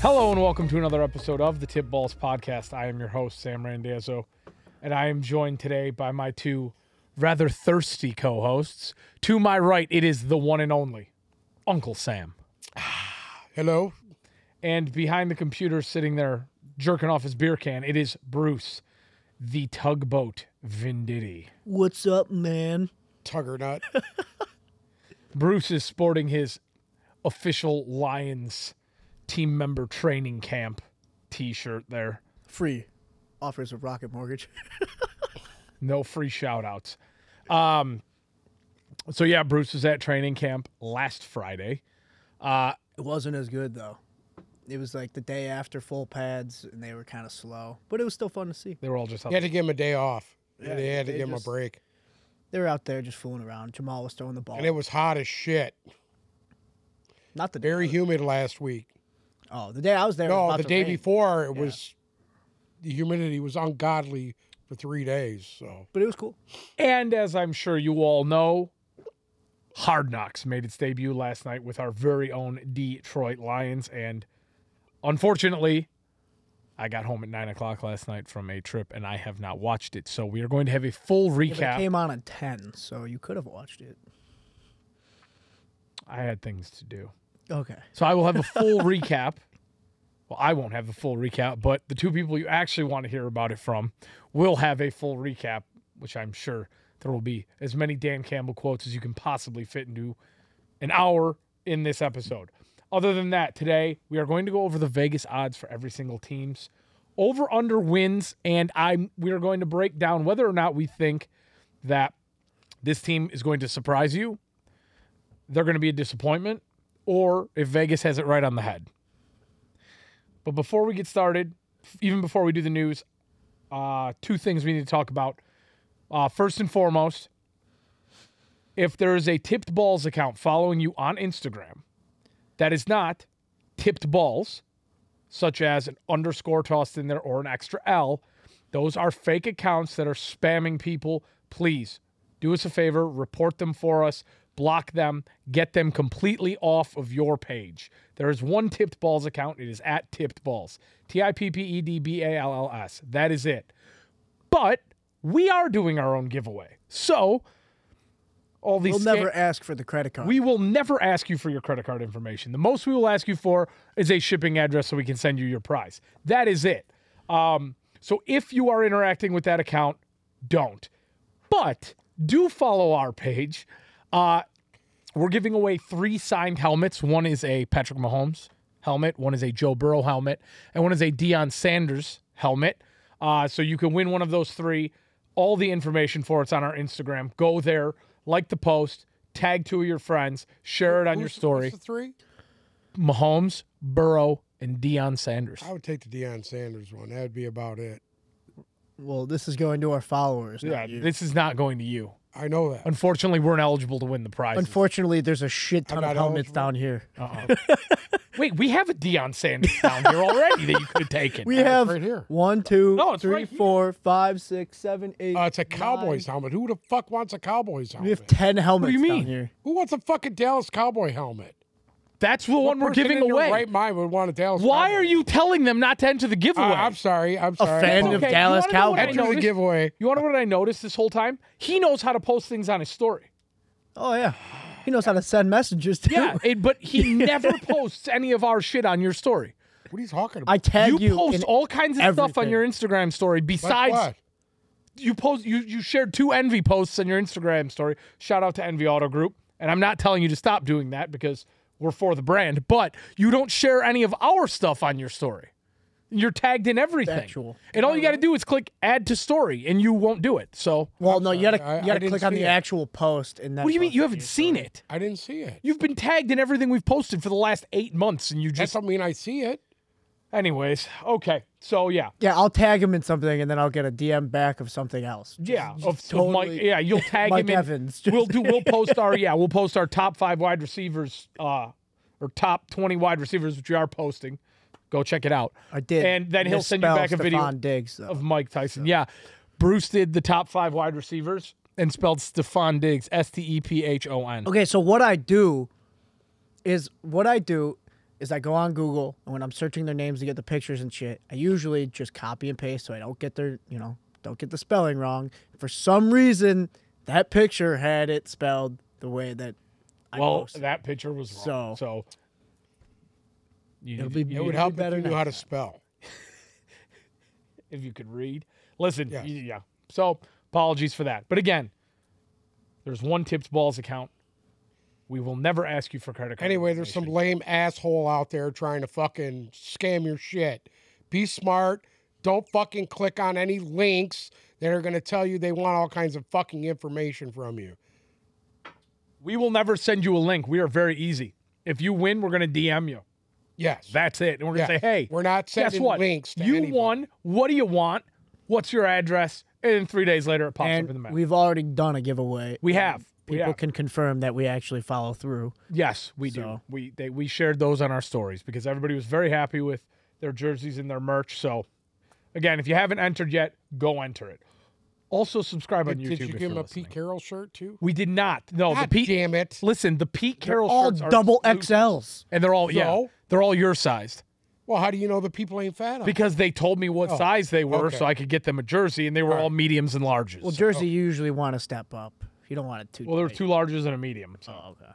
Hello and welcome to another episode of the Tip Balls Podcast. I am your host, Sam Randazzo, and I am joined today by my two rather thirsty co hosts. To my right, it is the one and only Uncle Sam. Hello. And behind the computer, sitting there jerking off his beer can, it is Bruce, the tugboat Venditti. What's up, man? Tugger nut. Bruce is sporting his official Lions team member training camp t shirt there. Free offers of Rocket Mortgage. No free shout outs. Um, so, yeah, Bruce was at training camp last Friday. It wasn't as good though. It was like the day after full pads, and they were kind of slow, but it was still fun to see. They were all just out You had to give him a day off. Yeah, they had to they give him just- a break. They were out there just fooling around. Jamal was throwing the ball. And it was hot as shit. Not the Very humid last week. oh the day I was there. was No, about the to day rain, before it was the humidity was ungodly for three days. So but it was cool. And as I'm sure you all know, Hard Knocks made its debut last night with our very own Detroit Lions. And unfortunately, I got home at nine o'clock last night from a trip and I have not watched it. So we are going to have a full But recap. It came on at ten, so you could have watched it. I had things to do. Okay. So I will have a full recap. Well, I won't have the full recap, but the two people you actually want to hear about it from will have a full recap, which I'm sure there will be as many Dan Campbell quotes as you can possibly fit into an hour in this episode. Other than that, today we are going to go over the Vegas odds for every single team's over under wins, and I'm we are going to break down whether or not we think that this team is going to surprise you, they're going to be a disappointment, or if Vegas has it right on the head. But before we get started, f- even before we do the news, uh, two things we need to talk about. Uh, first and foremost, if there is a tipped balls account following you on Instagram that is not tipped balls, such as an underscore tossed in there or an extra L, those are fake accounts that are spamming people. Please do us a favor, report them for us, block them, get them completely off of your page. There is one tipped balls account. It is at tipped balls. T I P P E D B A L L S. That is it. But we are doing our own giveaway. So all these We'll scam- never ask for the credit card. we will never ask you for your credit card information. The most we will ask you for is a shipping address so we can send you your prize. That is it. Um, so if you are interacting with that account, don't. But do follow our page. Uh, we're giving away three signed helmets. One is a Patrick Mahomes helmet, one is a Joe Burrow helmet, and one is a Deion Sanders helmet. Uh, so you can win one of those three. All the information for it's on our Instagram. Go there, like the post, tag two of your friends, share it on your Who's- who's story. the three? Mahomes, Burrow, and Deion Sanders. I would take the Deion Sanders one. That'd be about it. well, this is going to our followers. Yeah, not you. this is not going to you. I know that. Unfortunately, we're not eligible to win the prize. Unfortunately, there's a shit ton I'm of not helmets eligible. down here. Oh, Wait, we have a Deion Sanders down here already that you could have taken. We have right here. one, two, No, it's three, right here. four, five, six, seven, eight, Uh, it's a nine. Cowboys helmet. Who the fuck wants a Cowboys We helmet? have ten helmets you mean? down here. Who wants a fucking Dallas Cowboy helmet? That's the one we're Person giving in their away. Right mind would want a Dallas. Why Cowboy. are you telling them not to enter the giveaway? I, am sorry. I'm sorry. fan I'm of sorry. you Dallas wanna know what I Cowboys. Enter the noticed? giveaway. You want to know what I noticed this whole time? He knows how to post things on his story. Oh yeah, he knows how to send messages too. Yeah, it- but he never posts any of our shit on your story. What are you talking about? I tag You, you. post in- all kinds of stuff on everything. your Instagram story. Like Besides, what? you post you you shared two envy posts on your Instagram story. Shout out to Envy Auto Group, and I'm not telling you to stop doing that because we're for the brand. But you don't share any of our stuff on your story. You're tagged in everything, Factual. and all you got to do is click add to story, and you won't do it. So well, no, you gotta I- I you gotta didn't click on see the it. actual post and then. what do you mean post you it. haven't seen it? I didn't see it. You've been tagged in everything we've posted for the last eight months, and you That just. don't mean I see it. Anyways, okay, so yeah, Yeah, I'll tag him in something and then I'll get a DM back of something else. yeah, of, of Mike, totally- yeah, you'll tag Mike him. in- Evans, just- we'll do. We'll post our yeah. We'll post our top five wide receivers, uh, or top twenty wide receivers, which we are posting. Go check it out. I did. And then he'll send you misspell back a video Stephon Diggs, though. of Mike Tyson. Yeah, Bruce did the top five wide receivers and spelled Stephon Diggs, S T E P H O N. Okay, so what I do is what I do is I go on Google and when I'm searching their names to get the pictures and shit, I usually just copy and paste so I don't get their, you know, don't get the spelling wrong. For some reason, that picture had it spelled the way that I well, posted. that picture was wrong. So, So- you It'll need- be- you It It'd would need- help better if you knew next how to spell. if you could read. Listen, Yes. y- yeah. So apologies for that. But again, there's one tipped balls account. We will never ask you for credit card. Anyway, there's some information. lame asshole out there trying to fucking scam your shit. Be smart. Don't fucking click on any links that are going to tell you they want all kinds of fucking information from you. We will never send you a link. We are very easy. If you win, we're gonna DM you. Yes. That's it. And we're gonna Yeah. say, hey, We're not sending guess what? links to you anybody. won. What do you want? What's your address? And then three days later, it pops up in the and mail. we've already done a giveaway. We have. We People have. can confirm that we actually follow through. Yes, we do. So- We they we shared those on our stories because everybody was very happy with their jerseys and their merch. So, again, if you haven't entered yet, go enter it. Also, subscribe on Did, YouTube. did you if give you're him a listening. Pete Carroll shirt too? We did not. No, God the Pete. damn it. Listen, the Pete Carroll All shirts are double exclusive, XLs. and they're all yeah, No. they're all your sized Well, how do you know the people ain't fat? on it? because they told me what size they were, okay. so I could get them a jersey, and they were all mediums and larges. Well, Well, Jersey, you usually want to step up. You don't want it too. there were tight. two larges and a medium. So, Oh, okay.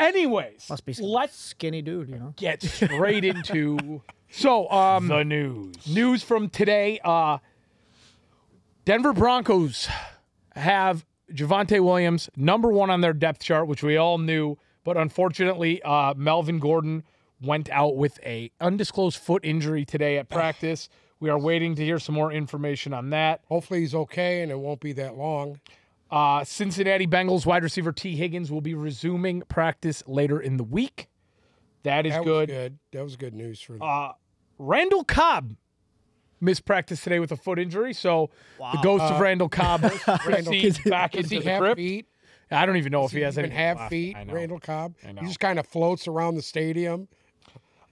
anyways, Must be some let's skinny dude, you know. get straight into so um the news news from today uh denver broncos have Javante williams number one on their depth chart which we all knew but unfortunately uh melvin gordon went out with a undisclosed foot injury today at practice we are waiting to hear some more information on that Hopefully he's okay and it won't be that long. uh, Cincinnati Bengals wide receiver T. Higgins will be resuming practice later in the week. That is That was good. good. That was good news for them. Randall Cobb missed practice today with a foot injury, so the ghost Uh, of Randall Cobb proceeds back Does into he the have crypt. feet? I don't even know if he has even any have left. feet, I know. Randall Cobb. know. He just kind of floats around the stadium.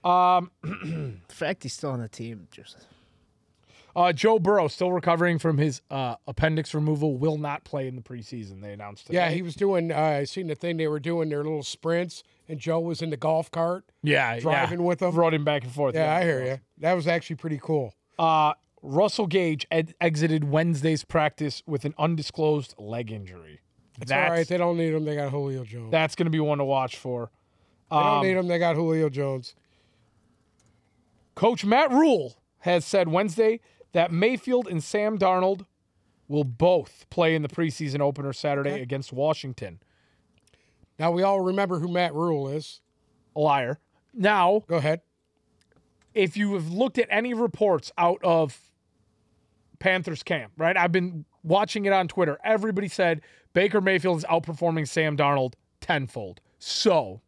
The fact he's still on the team just Uh, Joe Burrow still recovering from his uh, appendix removal, will not play in the preseason. They announced it. Yeah, he was doing. Uh, I seen the thing they were doing their little sprints, and Joe was in the golf cart yeah, driving yeah. with them. Rode him back and forth. Yeah, I hear you. That was actually pretty cool. Uh, Russell Gage ed- exited Wednesday's practice with an undisclosed leg injury. It's that's all right. They don't need him. They got Julio Jones. that's going to be one to watch for. they Um, don't need him. They got Julio Jones. Coach Matt Rule has said Wednesday that Mayfield and Sam Darnold will both play in the preseason opener Saturday against Washington. Now we all remember who Matt Rule is. A liar. Now, Go ahead. if you have looked at any reports out of Panthers camp, right? I've been watching it on Twitter. Everybody said Baker Mayfield is outperforming Sam Darnold tenfold. So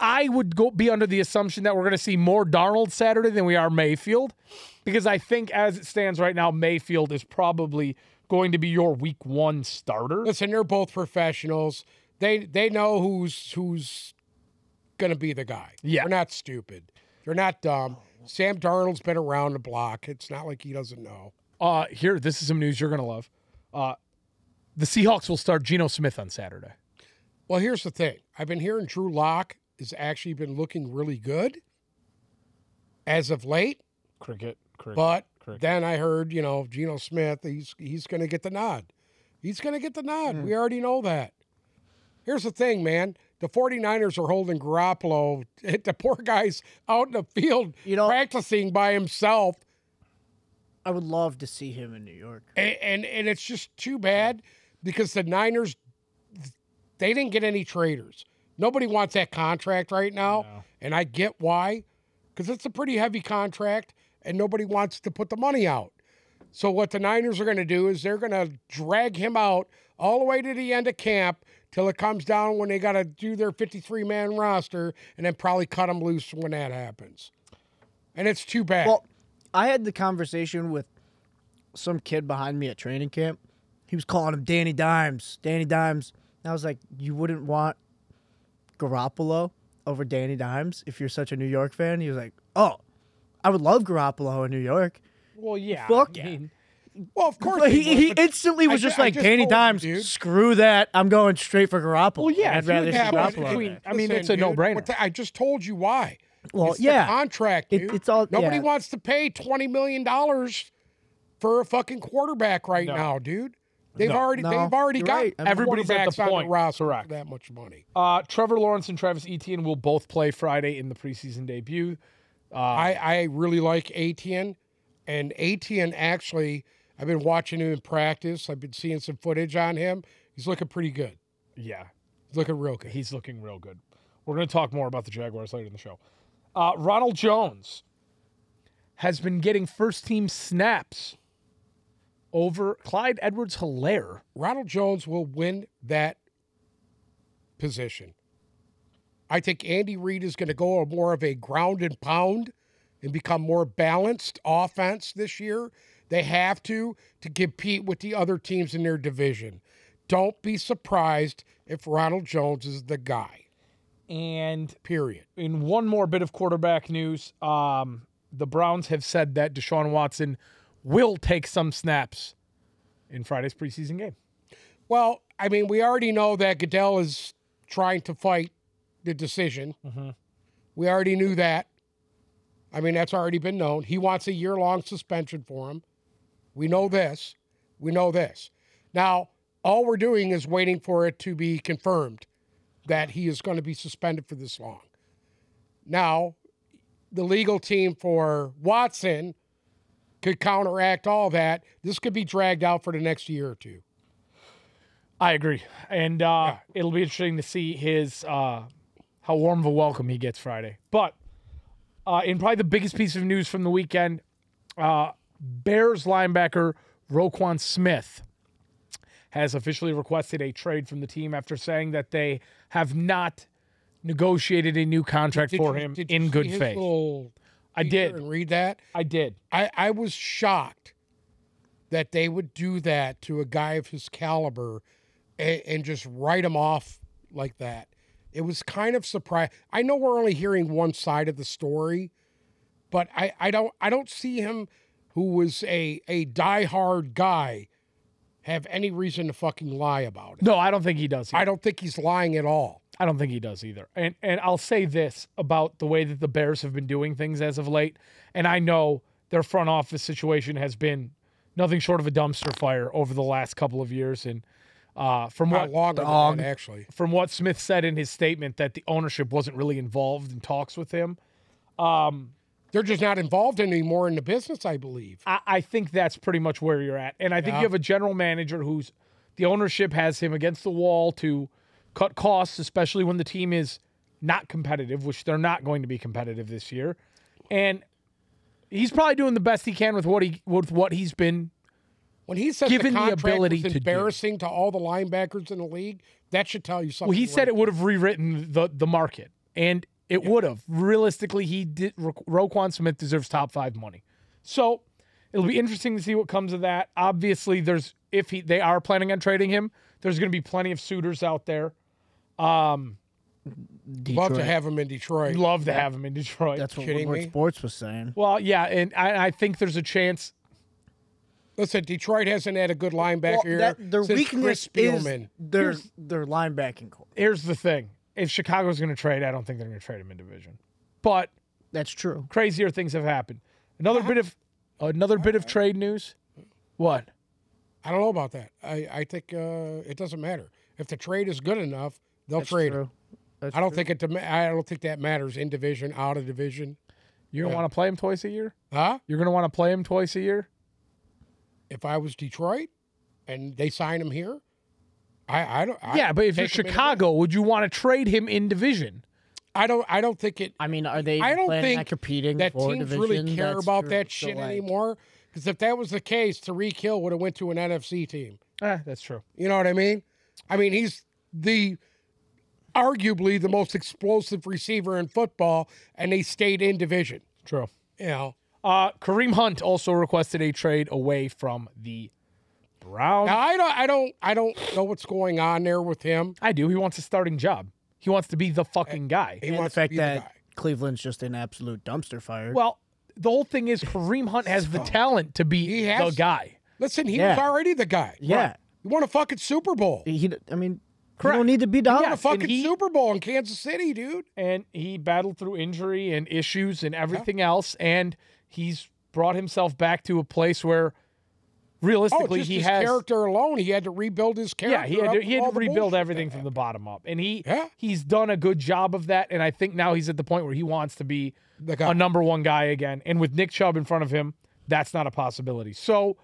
I would go be under the assumption that we're going to see more Darnold Saturday than we are Mayfield, because I think as it stands right now, Mayfield is probably going to be your Week One starter. Listen, they're both professionals. They they know who's who's gonna be the guy. Yeah. Oh. They're not stupid. They're not dumb. Sam Darnold's been around the block. It's not like he doesn't know. Uh, here, this is some news you're going to love. Uh, the Seahawks will start Geno Smith on Saturday. Well, here's the thing. I've been hearing Drew Locke has actually been looking really good as of late, Cricket, cricket. but Correct. then I heard, you know, Geno Smith, he's he's gonna get the nod. He's gonna get the nod. Hmm. We already know that. Here's the thing, man. The 49ers are holding Garoppolo. The poor guy's out in the field You know- practicing by himself. I would love to see him in New York. And, and and it's just too bad because the Niners they didn't get any traders. Nobody wants that contract right now, No. and I get why, because it's a pretty heavy contract, and nobody wants to put the money out. So what the Niners are going to do is they're going to drag him out all the way to the end of camp till it comes down when they got to do their 53 man roster, and then probably cut him loose when that happens. And it's too bad. Well, I had the conversation with some kid behind me at training camp. He was calling him Danny Dimes, Danny Dimes. And I was like, you wouldn't want Garoppolo over Danny Dimes if you're such a New York fan. He was like, oh, I would love Garoppolo in New York. Well, yeah. Fuck I yeah. mean, Well, of course But he, would, he but instantly I was ju- just I like just Danny told you, Dimes. dude. Screw that! I'm going straight for Garoppolo. Well, yeah, I'd if you rather see have- but Garoppolo I on mean, that. I mean, it's a dude, no-brainer. what the- I just told you why. Well, It's the yeah. contract. It- dude. it's all- Nobody yeah. wants to pay twenty million dollars for a fucking quarterback right now, dude. They've already No, they've already you're got right. I mean- Everybody's at the quarterbacks on point. roster for Correct. that much money. Uh, Trevor Lawrence and Travis Etienne will both play Friday in the preseason debut. I, I really like Etienne, and Etienne actually, I've been watching him in practice. I've been seeing some footage on him. He's looking pretty good. Yeah, He's looking real good. he's looking real good. We're going to talk more about the Jaguars later in the show. Uh, Ronald Jones has been getting first team snaps over Clyde Edwards Hilaire. Ronald Jones will win that position. I think Andy Reid is going to go more of a ground and pound and become more balanced offense this year. They have to to compete with the other teams in their division. Don't be surprised if Ronald Jones is the guy. And Period. in one more bit of quarterback news, um, the Browns have said that Deshaun Watson will take some snaps in Friday's preseason game. Well, I mean, we already know that Goodell is trying to fight the decision. We already knew that. I mean, that's already been known. He wants a year long suspension for him. We know this. We know this. Now, all we're doing is waiting for it to be confirmed that he is going to be suspended for this long. Now, the legal team for Watson could counteract all that. This could be dragged out for the next year or two. I agree, and uh, it'll be interesting to see his uh, how warm of a welcome he gets Friday. But uh, in probably the biggest piece of news from the weekend, uh, Bears linebacker Roquan Smith has officially requested a trade from the team after saying that they have not negotiated a new contract Did for you- him did you in see good his faith. little I feature did. And read that. I did. I, I was shocked that they would do that to a guy of his caliber and, and just write him off like that. It was kind of surprise. I know we're only hearing one side of the story, but I, I don't I don't see him who was a a diehard guy have any reason to fucking lie about it. No, I don't think he does. I don't think he's lying at all. I don't think he does either. And and I'll say this about the way that the Bears have been doing things as of late. And I know their front office situation has been nothing short of a dumpster fire over the last couple of years. And uh, from what Not long dog. on actually. from what Smith said in his statement that the ownership wasn't really involved in talks with him, They're just not involved anymore in the business, I believe. I, I think that's pretty much where you're at. And I think you have a general manager who's the ownership has him against the wall to cut costs, especially when the team is not competitive, which they're not going to be competitive this year. And he's probably doing the best he can with what he with what he's been. When he said given the the, contract ability to was do it. embarrassing to, all the linebackers in the league, that should tell you something. Well, he said right. it would have rewritten the the market, and it would have. Realistically, he did. Ro- Roquan Smith deserves top five money, so it'll be interesting to see what comes of that. Obviously, there's if he they are planning on trading him, there's going to be plenty of suitors out there. love to have him in Detroit. I'd love to have him in Detroit. That's what kidding Woodward me? Sports was saying. well, yeah, and I, I think there's a chance. Listen, Detroit hasn't had a good linebacker here their since weakness Chris Spielman. is their their linebacking core. Here's the thing: if Chicago's going to trade, I don't think they're going to trade him in division, but That's true. crazier things have happened. Another bit of another bit of trade news. What? I don't know about that. I, I think uh, it doesn't matter if the trade is good enough, they'll trade. him. True. That's I don't think it. dem- I don't think that matters in division, out of division, You're going to want to play him twice a year? huh? You're going to want to play him twice a year? If I was Detroit and they sign him here, I I don't. I, yeah, but if you're take him in a- Chicago, would you want to trade him in division? I don't. I don't think it. I mean, are they? I even don't planning on think competing that for a teams division? really care That's about true. that So, shit like, anymore. Because if that was the case, Tariq Hill would have went to an NFC team. Eh, that's true. You know what I mean? I mean he's the arguably the most explosive receiver in football, and they stayed in division. True. You know. Uh, Kareem Hunt also requested a trade away from the Browns. Now I don't. I don't. I don't know what's going on there with him. I do. He wants a starting job. He wants to be the fucking guy. He and the wants to fact be the that guy. Cleveland's just an absolute dumpster fire. Well, the whole thing is Kareem Hunt has the talent to be has- the guy. Listen, he was Yeah. already the guy. Yeah. He won a fucking Super Bowl. He He, he- I mean, you Correct. don't need to be won down. a Yes, fucking and he- Super Bowl in Kansas City, dude. and he battled through injury and issues and everything else and he's brought himself back to a place where Oh, realistically just he his has character alone, he had to rebuild his character. yeah he had up to, he from had all to the rebuild bullshit everything that from the bottom up and he Yeah. he's done a good job of that and I think now he's at the point where he wants to be The guy. a number one guy again and with Nick Chubb in front of him that's not a possibility so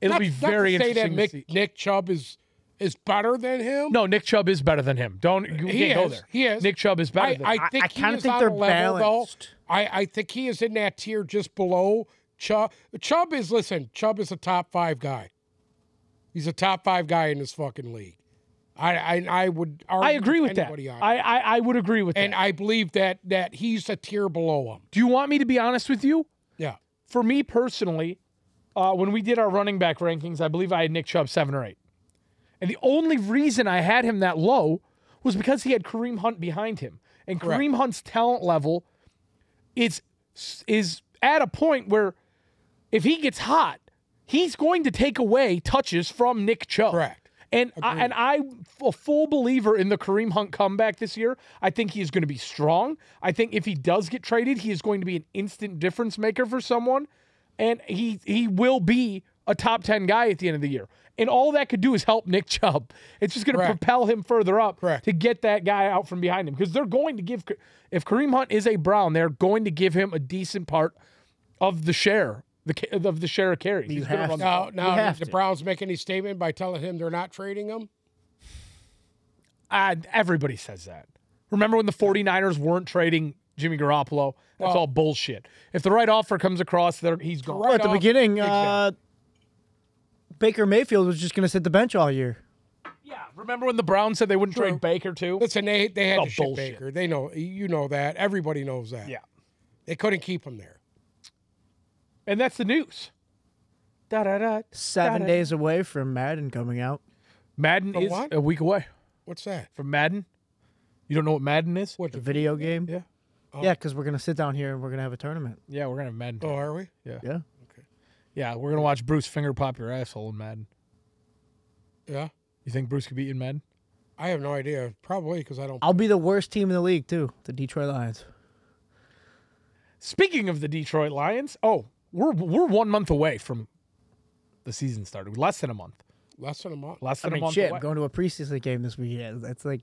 it'll Not- be not to very say interesting that to see. Nick, Nick Chubb is is better than him. no Nick Chubb is better than him don't you He can't go is, there he is. Nick Chubb is better I, than him. I think I he kinda is think on they're a level, balanced. Though. I, I think he is in that tier just below Chubb. Chubb is listen. Chubb is a top five guy. He's a top five guy in this fucking league. I I, I would. I argue agree with that anybody on it. I, I I would agree with that and I believe that that he's a tier below him. Do you want me to be honest with you? Yeah. For me personally, uh, when we did our running back rankings, I believe I had Nick Chubb seven or eight. And the only reason I had him that low was because he had Kareem Hunt behind him. And Correct. Kareem Hunt's talent level is is at a point where if he gets hot, he's going to take away touches from Nick Chubb. Correct. And I, and I'm a full believer in the Kareem Hunt comeback this year. I think he is going to be strong. I think if he does get traded, he is going to be an instant difference maker for someone, and he he will be a top ten guy at the end of the year. And all that could do is help Nick Chubb. It's just going to Correct. propel him further up Correct. to get that guy out from behind him because they're going to give if Kareem Hunt is a Brown, they're going to give him a decent part of the share the ca- of the share of carries. He's gonna have run to. the Now, now have did the to. Browns make any statement by telling him they're not trading him? Uh, everybody says that. Remember when the 49ers weren't trading Jimmy Garoppolo? That's all bullshit. If the right offer comes across, they're- he's gone. Well, at the off- beginning, uh, Baker Mayfield was just going to sit the bench all year. Yeah. Remember when the Browns said they wouldn't trade Baker too? Listen, they they had Oh, to ship bullshit. Baker. They know you know that. Everybody knows that. Yeah. They couldn't keep him there. And that's the news. Da da da. Seven days away from Madden coming out. Madden is what? a week away What's that? from Madden. You don't know what Madden is? What The the? video game. Yeah. Um, Yeah, because we're going to sit down here and we're going to have a tournament. Yeah, we're gonna have Madden. Oh, are we? Yeah. Yeah, we're gonna watch Bruce finger pop your asshole in Madden. Yeah. You think Bruce could beat you in Madden? I have no idea. Probably because I don't. I'll be the worst team in the league, too. The Detroit Lions. Speaking of the Detroit Lions, oh, we're we're one month away from the season starting. Less than a month. Less than a month. Less I than a mean, month shit, away. I'm going to a preseason game this weekend. That's like,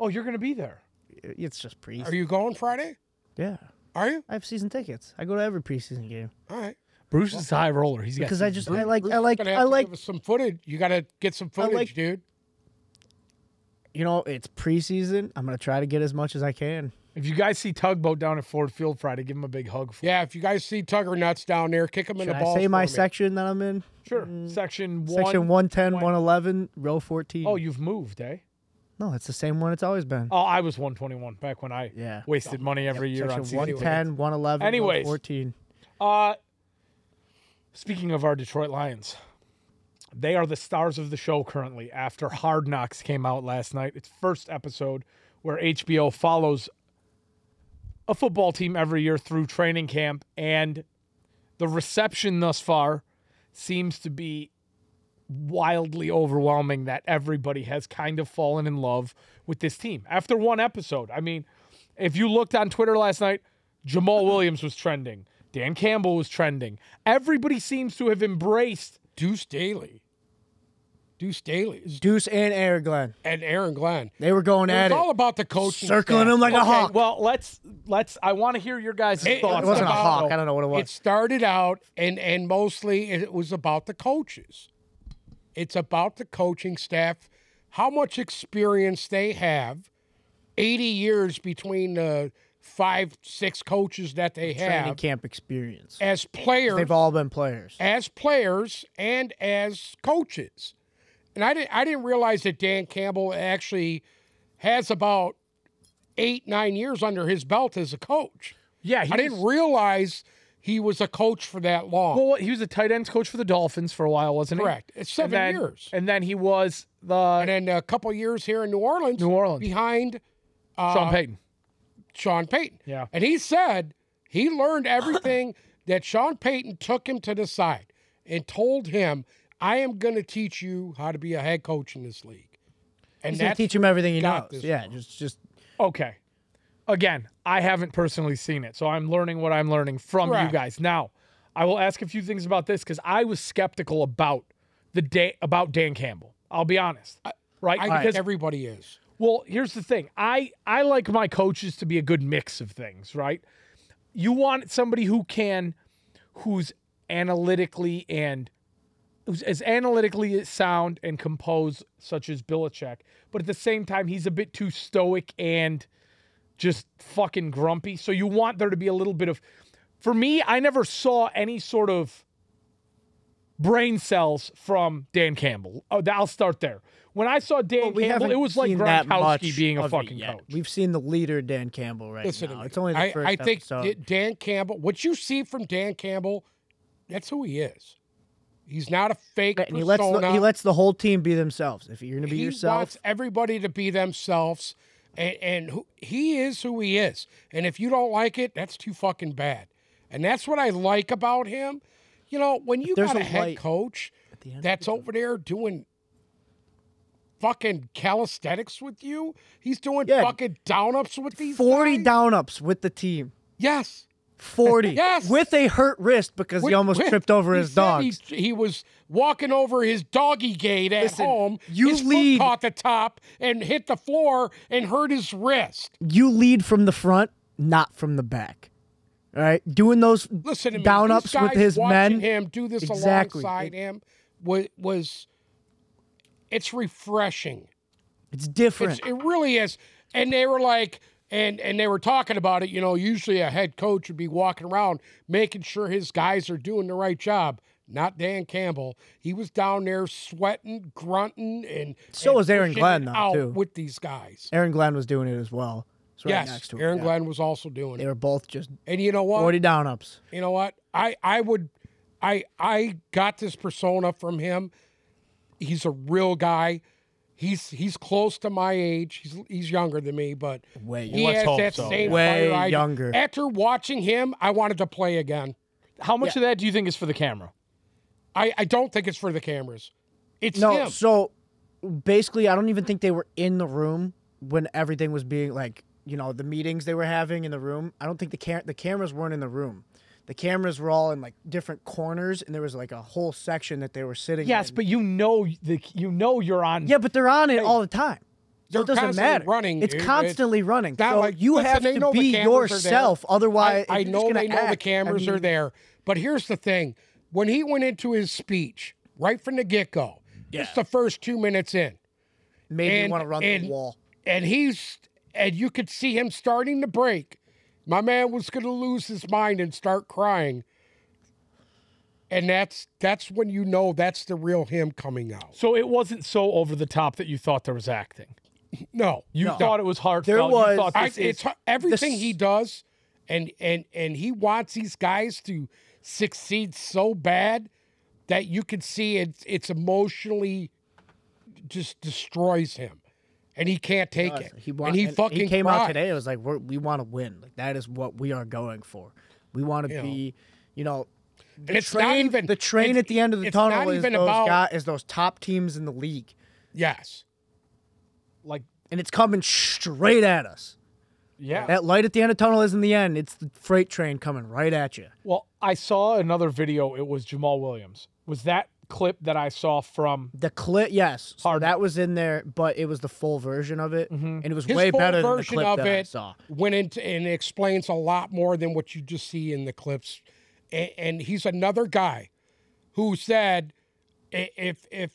oh, you're gonna be there. it's just preseason. Are you going Friday? yeah. Are you? I have season tickets. I go to every preseason game All right. Bruce is a high roller. He's got because I just I Bruce- like I like Gonna I have to like give us some footage. You got to get some footage, like- dude. you know it's preseason. I'm gonna try to get as much as I can. If you guys see Tugboat down at Ford Field Friday, give him a big hug. For Yeah. If you guys see Tugger nuts down there, kick him in Should the I balls. say my for me. section that I'm in? sure. Section one. Mm. Section 110, 111, row 14. Oh, you've moved, eh? no, it's the same one it's always been. Oh, I was 121 back when I Yeah. wasted money every year on Section season tickets. 110, 111, row Anyways. 14. Uh, speaking of our Detroit Lions, they are the stars of the show currently after Hard Knocks came out last night. It's first episode where HBO follows a football team every year through training camp and the reception thus far seems to be wildly overwhelming that everybody has kind of fallen in love with this team after one episode. I mean, if you looked on Twitter last night, Jamal Williams was trending, Dan Campbell was trending. Everybody seems to have embraced. Deuce Daly. Deuce Daly is- Deuce and Air Glenn. and Aaron Glenn. They were going at It's it. all about the coaching. circling staff. him like a Okay, hawk. Well, let's let's. I want to hear your guys' It- it thoughts. it wasn't a about- hawk. I don't know what it was. It started out, and and mostly it was about the coaches. It's about the coaching staff, how much experience they have. Eighty years between the five, six coaches that they Training have camp experience. as players They've all been players. as players and as coaches. And I didn't I didn't realize that Dan Campbell actually has about eight, nine years under his belt as a coach. Yeah, he I was- didn't realize he was a coach for that long. Well, what- he was a tight ends coach for the Dolphins for a while, wasn't he? Correct. It's And seven then- years. And then he was the And then a couple years here in New Orleans. New Orleans. Behind Sean Payton. Sean Payton. Yeah. And he said he learned everything that Sean Payton took him to the side and told him, I am going to teach you how to be a head coach in this league. And He's gonna that's teach him everything he knows. got this Yeah, just just Okay. Again, I haven't personally seen it, so I'm learning what I'm learning from you Right. guys. Now, I will ask a few things about this because I was skeptical about the day about Dan Campbell. I'll be honest, right? I because think everybody is. well, here's the thing. I I like my coaches to be a good mix of things, right? You want somebody who can who's analytically and who's as analytically sound and composed such as Belichick, but at the same time he's a bit too stoic and just fucking grumpy. So you want there to be a little bit of for me, I never saw any sort of brain cells from Dan Campbell. Oh, th- I'll start there. When I saw Dan we Campbell, haven't it was like seen that Gronkowski much being a of it fucking yet. coach. We've seen the leader Dan Campbell right Listen to now. me. It's only the I, first I think episode. that Dan Campbell, what you see from Dan Campbell, that's who he is. He's not a fake Right, and persona. he lets the, he lets the whole team be themselves. If you're gonna be he yourself, wants everybody to be themselves, and, and who, he is who he is. And if you don't like it, that's too fucking bad. And that's what I like about him. You know, when you there's got a, a head light coach the end of that's over there doing fucking calisthenics with you, he's doing Yeah. fucking down ups with these forty guys. down ups with the team. Yes. Forty. Yes. With a hurt wrist because With- he almost with- tripped over he his said dog. He, he was walking over his doggy gate at Listen, home. you his foot lead- caught the top and hit the floor and hurt his wrist. You lead from the front, not from the back. All right, doing those Listen to me. down these ups with guys his watching men. Him do this Exactly. alongside him was was it's refreshing. It's different. It's, it really is. And they were like, and and they were talking about it. You know, usually a head coach would be walking around making sure his guys are doing the right job. Not Dan Campbell. He was down there sweating, grunting, and So and was Aaron pushing Glenn, it though, out too. with these guys. Aaron Glenn was doing it as well. It's right next yes, to him. Aaron Yeah. Glenn was also doing They it. were both just And you know what? forty down ups. you know what i i would i i got this persona from him he's a real guy he's he's close to my age he's he's younger than me but Way he Let's has hope that so. same Way fire I do. younger. after watching him i wanted to play again How much of that do you think is for the camera? i i don't think it's for the cameras it's No, him so basically, I don't even think they were in the room when everything was being like, you know, the meetings they were having in the room. I don't think the cam- the cameras weren't in the room. The cameras were all in like different corners, and there was like a whole section that they were sitting. Yes, in. but you know the you know you're on. yeah, but they're on it all the time. So They're it doesn't constantly matter. running, it's dude. It's constantly running. not So like- you listen, have they to know the be cameras are there. yourself. Otherwise, I, I if you're just know gonna they know act, the cameras I mean, are there, but here's the thing: when he went into his speech right from the get go, just the first two minutes in, Maybe you and- want to run and- the wall. and he's and you could see him starting to break. My man was going to lose his mind and start crying. And that's that's when you know that's the real him coming out. So it wasn't so over the top that you thought there was acting. No, You no. thought it was heartfelt. There was- You thought I, this is- it's hu- everything this- he does, and and and he wants these guys to succeed so bad that you can see it's it's emotionally just destroys him, and he can't take it. He wa- and he and fucking he came out cried. today. It was like we're, we want to win. Like that is what we are going for. We want to know. be, you know, the And it's not train. even- the train it's- at the end of the it's tunnel not is even those about- guy, is those top teams in the league, Yes, like and it's coming straight at us. yeah. That light at the end of the tunnel isn't the end. It's the freight train coming right at you. Well, I saw another video. It was Jamal Williams. Was that clip that I saw from? The clip, yes, so Hard. that was in there, but it was the full version of it, and it was Mm-hmm. his way full better than the version clip of that I it saw. went into and explains a lot more than what you just see in the clips. And, and he's another guy who said, i- if if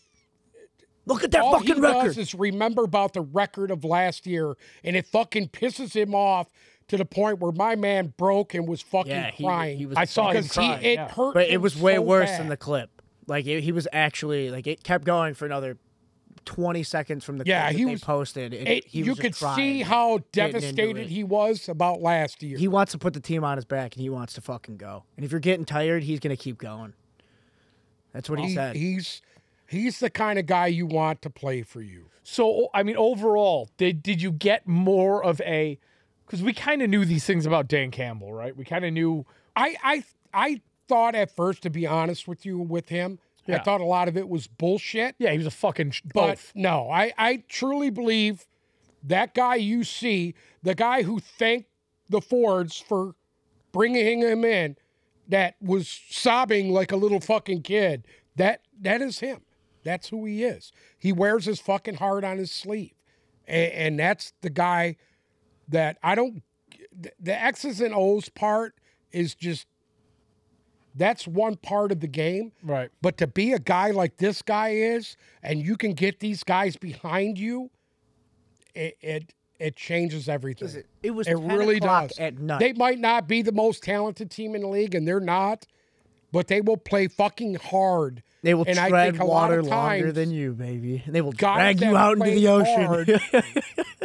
Look at that all fucking he record. does is remember about the record of last year, and it fucking pisses him off to the point where my man broke and was fucking yeah, he, crying. he was. I saw him because he crying. it yeah. hurt. But it him was way so worse bad. than the clip. Like it, he was actually like it kept going for another twenty seconds from the Yeah, clip he that they was- posted. and It- he was you just could see crying. how into it. devastated he was about last year. he wants to put the team on his back and he wants to fucking go. And if you're getting tired, he's gonna keep going. That's what he, He- said. he's he's the kind of guy you want to play for you. So I mean, overall, did did you get more of a? Because we kind of knew these things about Dan Campbell, right? We kind of knew I I I thought at first, to be honest with you, with him, Yeah. I thought a lot of it was bullshit. Yeah, he was a fucking sh- But oaf. no, I, I truly believe that guy you see, the guy who thanked the Fords for bringing him in, that was sobbing like a little fucking kid. That that is him. That's who he is. He wears his fucking heart on his sleeve, and, and that's the guy that I don't. The, the X's and O's part is just that's one part of the game. right. But to be a guy like this guy is, and you can get these guys behind you, it it, it changes everything. Listen, it was it 10 really o'clock does. at night. They might not be the most talented team in the league, and they're not, but they will play fucking hard. They will And I tread think a lot water of longer times- than you, baby. And they will Guys drag you that out into play the ocean. hard-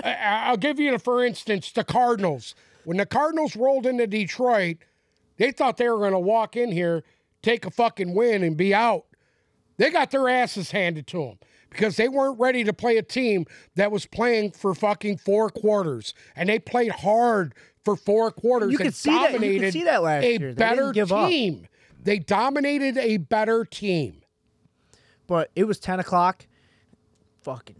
I- I- I'll give you, for instance, the Cardinals. When the Cardinals rolled into Detroit, they thought they were going to walk in here, take a fucking win, and be out. They got their asses handed to them because they weren't ready to play a team that was playing for fucking four quarters, and they played hard for four quarters. You and could see that- you could dominated see that last a year. They didn't better give up. team. They dominated a better team. but it was 10 o'clock. Fucking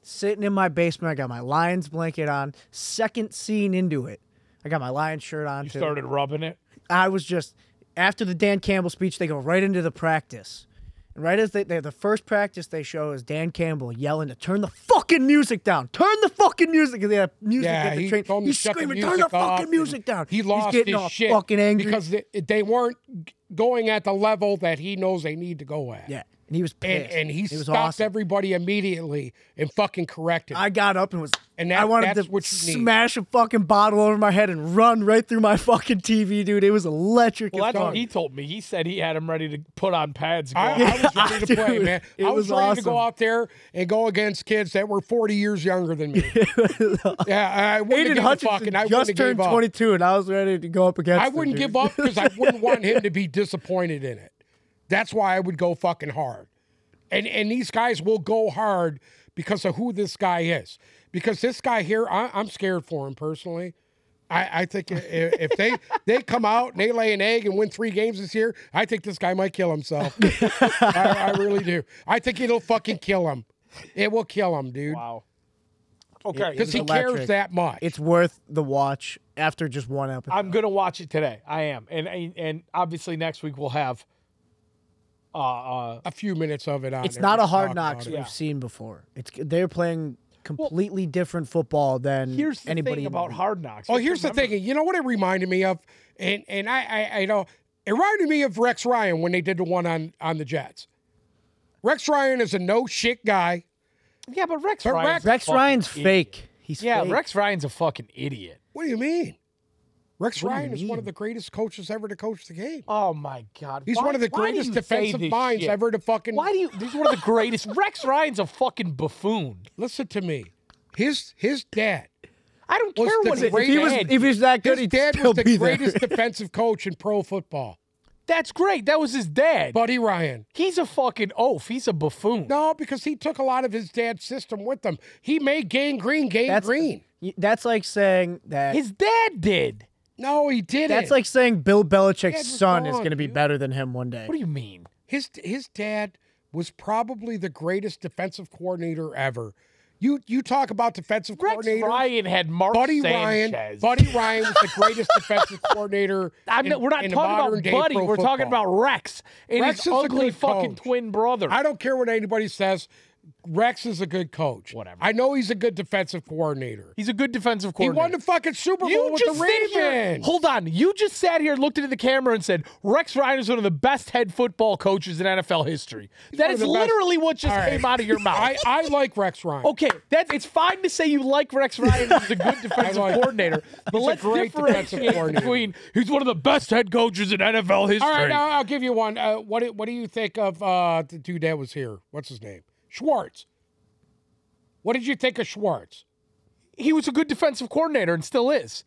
sitting in my basement. I got my Lions blanket on. Second scene into it. I got my Lions shirt on. You too. started rubbing it. I was just after the Dan Campbell speech, they go right into the practice. And right as they, they the first practice they show is Dan Campbell yelling to turn the fucking music down. Turn the fucking music because they have music Yeah, at the he train. told me He's shut the screaming, music turn the off, fucking and music down. He lost He's getting his all shit fucking angry. because they, they weren't g- going at the level that he knows they need to go at. yeah, and he was And, pissed. and he it was stopped awesome. everybody immediately and fucking corrected. I got up and was And and that- I wanted that's to what you need. smash a fucking bottle over my head and run right through my fucking TV, dude. It was electric. Well, as that's fuck. what he told me. He said he had him ready to put on pads. and I, go. I was ready to play, Dude, man. it I was, was ready to awesome. go out there and go against kids that were 40 years younger than me. yeah, I wouldn't Aiden have Hutchinson fucking. I wouldn't just have turned gave up. 22, and I was ready to go up against. I him, wouldn't dude. give up because I wouldn't want him to be disappointed in it. That's why I would go fucking hard. And and these guys will go hard because of who this guy is. Because this guy here, I, I'm scared for him personally. I, I think i- i- if they they come out and they lay an egg and win three games this year, I think this guy might kill himself. I, I really do. I think it'll fucking kill him. It will kill him, dude. Wow. Okay. Because he cares electric. that much. It's worth the watch after just one episode. I'm gonna watch it today. I am, and and, and obviously next week we'll have. Uh, uh, a few minutes of it on. It's there. not a Let's hard talk about knocks it. we've Yeah. seen before. It's they're playing completely different football than here's the anybody thing in the about league. Hard Knocks. Well, Oh, here's the thing. You know what it reminded me of, and and I I, I know it reminded me of Rex Ryan when they did the one on on the Jets. Rex Ryan is a no shit guy. Yeah, but Rex But Ryan's Rex- a Rex fucking Ryan's idiot. fake. He's Yeah, fake. Rex Ryan's a fucking idiot. What do you mean? Rex What do you Ryan is one of mean? the greatest coaches ever to coach the game. Oh my god. He's Why- one of the why do greatest you say defensive this minds shit? ever to fucking. Why do you? He's one of the greatest. Rex Ryan's a fucking buffoon. Listen to me. His his dad. I don't Was care the what If his greatest- he was, dad if he was that good, His he'd dad still was the be there. greatest defensive coach in pro football. That's great. That was his dad. But Buddy Ryan. he's a fucking oaf. He's a buffoon. No, because he took a lot of his dad's system with him. He made gain green, gain That's green. y- That's like saying that. His dad did. No, he didn't. that's like saying Bill Belichick's Dad was son is gone, going to be dude. better than him one day. What do you mean? his his dad was probably the greatest defensive coordinator ever. You you talk about defensive Rex coordinator, Ryan had Mark Buddy Sanchez. Ryan. Buddy Ryan was the greatest defensive coordinator. I'm in- not- we're not in talking modern-day about Buddy. pro We're talking football. about Rex and Rex is his a ugly good fucking coach. twin brother. I don't care what anybody says. Rex is a good coach. Whatever. I know he's a good defensive coordinator. he's a good defensive He coordinator. won the fucking Super Bowl you with just the sit here. Ravens. Hold on. You just sat here, and looked into the camera, and said Rex Ryan is one of the best head football coaches in NFL history. that one of is the best- literally what just All right. came out of your mouth. I, I like Rex Ryan. Okay, that's it's fine to say you like Rex Ryan as a good defensive like him. coordinator, but He's a let's great defensive differentiate coordinator. between he's one of the best head coaches in NFL history. All right, now I'll give you one. Uh, what do- what do you think of uh, the dude that was here? What's his name? Schwartz. What did you think of Schwartz? he was a good defensive coordinator and still is.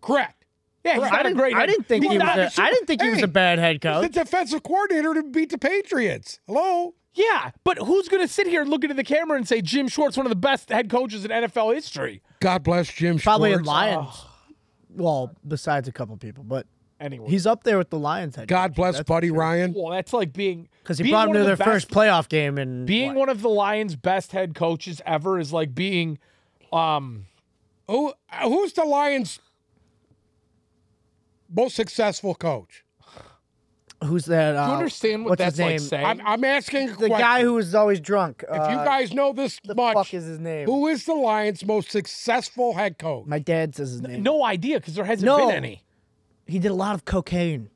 Correct. Yeah, he's Correct. not I a didn't, great. I head- didn't think he's he not a a was. A, I didn't think he was Hey, a bad head The coach. defensive coordinator to beat the Patriots. Hello. Yeah, but who's going to sit here and look into the camera and say Jim Schwartz one of the best head coaches in NFL history? God bless Jim Probably in Schwartz. Lions. Well, besides a couple people, but anywhere. He's up there with the Lions head. God bless Buddy Ryan. well, that's like being Because he being brought him one to of their the best- first playoff game and Being one of the Lions' best head coaches ever is like being, um, Who uh, who's the Lions' most successful coach? who's that? Uh, you understand what that's what's his name? like saying? I'm, I'm asking a The question. guy who was always drunk. Uh, if you guys know this the much, fuck is his name? who is the Lions' most successful head coach? My dad says his name. no idea because there hasn't No. been any. He did a lot of cocaine.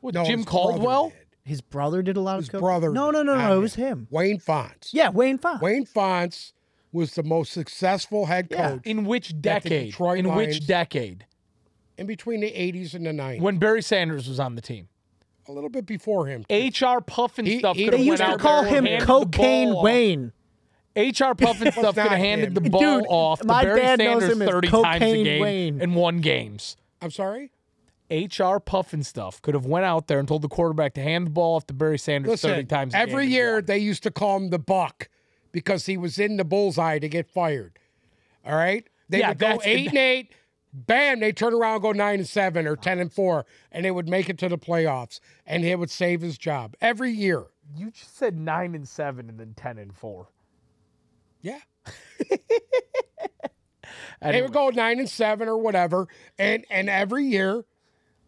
What, No, Jim his brother Caldwell? did. His brother did a lot His of cocaine. brother. No, no, no, did. no. It was him. Wayne Fonts. Yeah, Wayne Fox. Wayne Fonts was the most successful head Yeah. coach In which decade? Detroit In Lions. which decade? in between the 80s and the 90s. When Barry Sanders was on the team. A little bit before him. HR Puff and He- stuff he- could have They They went used out to there call and him handed the Cocaine ball off. Wayne. HR Puff and stuff could not have handed him. the ball Dude, off to my Barry dad knows Sanders him as 30 times a Cocaine game Wayne. and won games. I'm sorry? HR Puff and stuff could have went out there and told the quarterback to hand the ball off to Barry Sanders 30 Listen, times a game every and year won. they used to call him the Buck because he was in the bullseye to get fired. All right? They Yeah, would go that's- eight and eight, bam, they turn around and go nine and seven or ten and four, and they would make it to the playoffs and he would save his job every year. You just said 9 and 7 and then 10 and 4. Yeah. They Anyway, would go nine and seven or whatever, and and every year,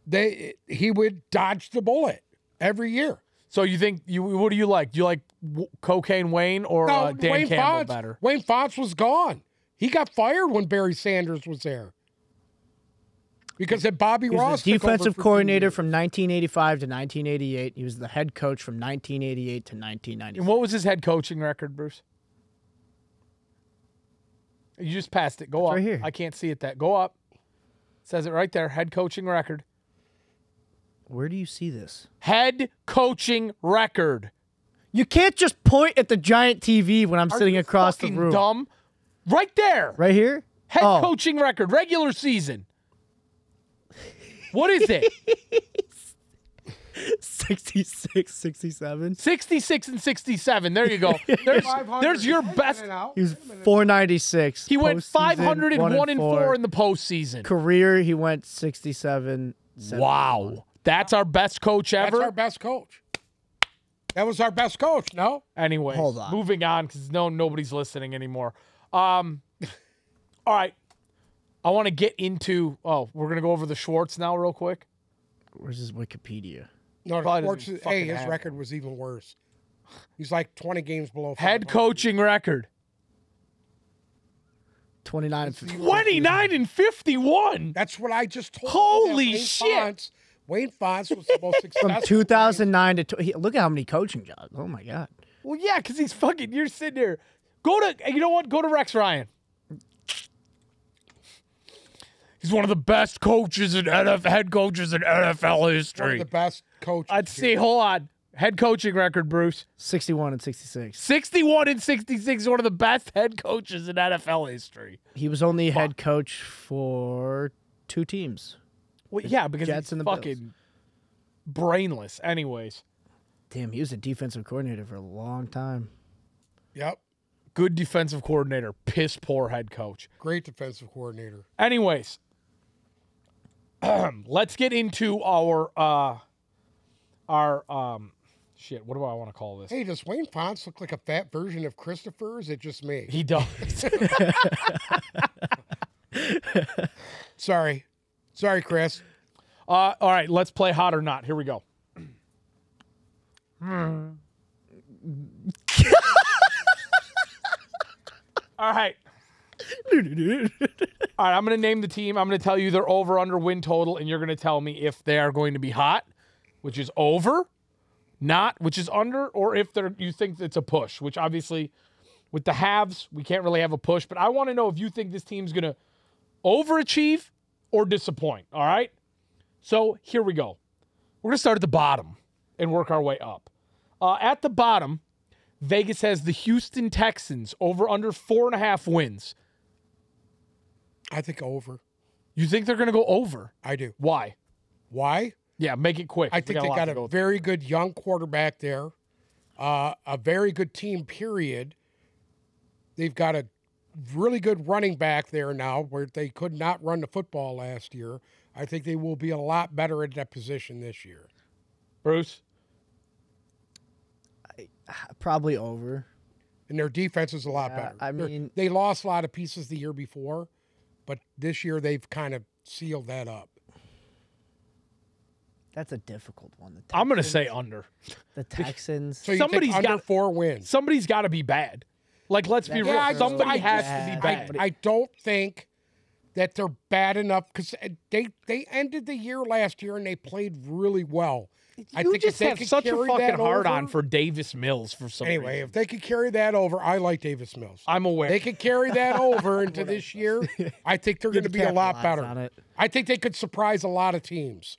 they he would dodge the bullet every year. so you think you what do you like? Do you like w- Cocaine Wayne or No, uh, Dan Wayne Campbell Fonts, better? Wayne Fonts was gone. He got fired when Barry Sanders was there because then Bobby He was Ross the took over defensive for two coordinator years. from 1985 to 1988. He was the head coach from 1988 to And 1990. what was his head coaching record, Bruce? You just passed it. Go up. right here. I can't see it. That go up. says it right there. Head coaching record. Where do you see this? Head coaching record. You can't just point at the giant TV when I'm Are sitting you across the fucking room. Dumb. Right there. Right here? Head oh, coaching record. Regular season. What is it? 66, 67. 66 and 67. There you go. There's, there's your best. He was 496. He went Postseason, 501 and 4 in the postseason. career. He went 67. Wow. That's our best coach That's ever. our best coach. That was our best coach. No, Anyway, Hold on. moving on because no nobody's listening anymore. Um, all right, I want to get into. Oh, we're gonna go over the Schwartz now, real quick. Where's his Wikipedia? no. Probably Schwartz- doesn't hey, fucking his have record was even worse. He's like twenty games below. Head 500. coaching record: 29 and 50. twenty nine and fifty one. That's what I just told. you, that Holy Wayne shit. Fonts- Wayne Fonts was the most successful. From 2009 to. Tw- he- look at how many coaching jobs. Oh, my God. Well, yeah, because he's fucking. You're sitting there. Go to. You know what? Go to Rex Ryan. He's one of the best coaches in NFL, head coaches in NFL one of history. the best coaches. I'd see. Hold on. Head coaching record, Bruce. 61 and 66. 61 and 66, one of the best head coaches in NFL history. He was only head coach for two teams. Well, yeah, because Jets he's and the Bills. fucking brainless. Anyways, Damn, he was a defensive coordinator for a long time. Yep. good defensive coordinator, piss poor head coach. Great defensive coordinator. Anyways, let's get into our uh our um shit. What do I want to call this? Hey, does Wayne Ponce look like a fat version of Christopher? Or is it just me? He does. Sorry. Sorry, Chris. uh, all right, let's play hot or not. Here we go. all right. All right, I'm going to name the team. I'm going to tell you their over under win total, and you're going to tell me if they are going to be hot, which is over, not, which is under, or if they're you think it's a push, which obviously with the halves, we can't really have a push. But I want to know if you think this team's going to overachieve or disappoint. All right. So here we go. We're going to start at the bottom and work our way up. Uh, at the bottom, Vegas has the Houston Texans over under four and a half wins. I think over. You think they're going to go over? I do. Why? Why? Yeah, make it quick. I We think got a they lot got to a go through. very good young quarterback there, uh, a very good team, period. They've got a really good running back there now, where they could not run the football last year. I think they will be a lot better at that position this year. Bruce, Probably over. and their defense is a lot Yeah, better. I They're- mean- they lost a lot of pieces the year before, but this year they've kind of sealed that up. That's a difficult one. The I'm gonna Texans- say under. the Texans. So you Somebody's take under got- four wins. Somebody's got to be bad. Like, let's be Yeah, real. I just- Somebody I has just- to be I, bad. I don't think that they're bad enough because they they ended the year last year and they played really well. I you think if just they have could such a carry fucking that hard on over- for Davis Mills for some Anyway, reason. if they could carry that over, I like Davis Mills. I'm aware. They could carry that over into this year. I think they're going to could be a lot capitalize on better. it. I think they could surprise a lot of teams.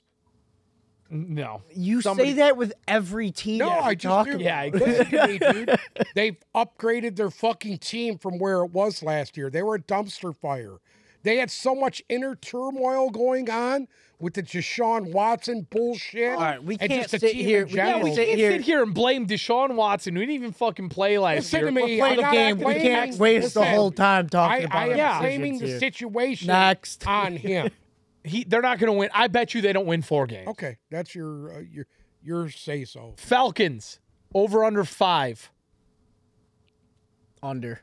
no. you somebody- say that with every team. No, that we I just talk do. about. Yeah, I- Listen to me, dude. They've upgraded their fucking team from where it was last year. They were a dumpster fire. They had so much inner turmoil going on with the Deshaun Watson bullshit. All right, we and can't just the sit team in here- we can't Yeah, general. we sit can't here- sit here and blame Deshaun Watson. We didn't even fucking play last Listen year. to me. Play I'm the not game. We blaming- can't waste the Listen, whole time I, talking about I am our blaming the decisions here. situation Next. on him. He, they're not going to win. I bet you they don't win four games. Okay, that's your uh, your your say so. Falcons over under five. Under.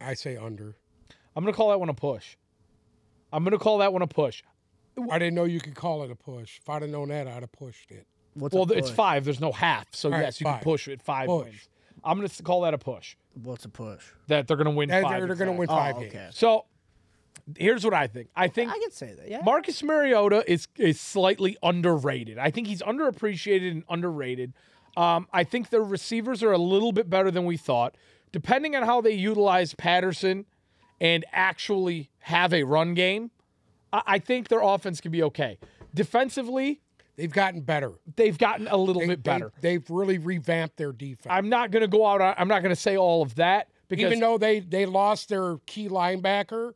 I say under. I'm going to call that one a push. I'm going to call that one a push. I didn't know you could call it a push. If I'd have known that, I'd have pushed it. What's well, a push? it's five. There's no half. So, All right, yes, you five. can push it five Push. wins. I'm going to call that a push What's a push? that they're going to win They're, five. going to exactly. win Oh, five okay. games. So, here's what I think I think I can say that. Yeah. Marcus Mariota is is slightly underrated. I think he's underappreciated and underrated. Um, I think their receivers are a little bit better than we thought. Depending on how they utilize Patterson and actually have a run game, I, I think their offense can be okay. Defensively, They've gotten better. they've gotten a little They- bit better. They, have really revamped their defense. I'm not going to go out. on- I'm not going to say all of that because Even though they they lost their key linebacker,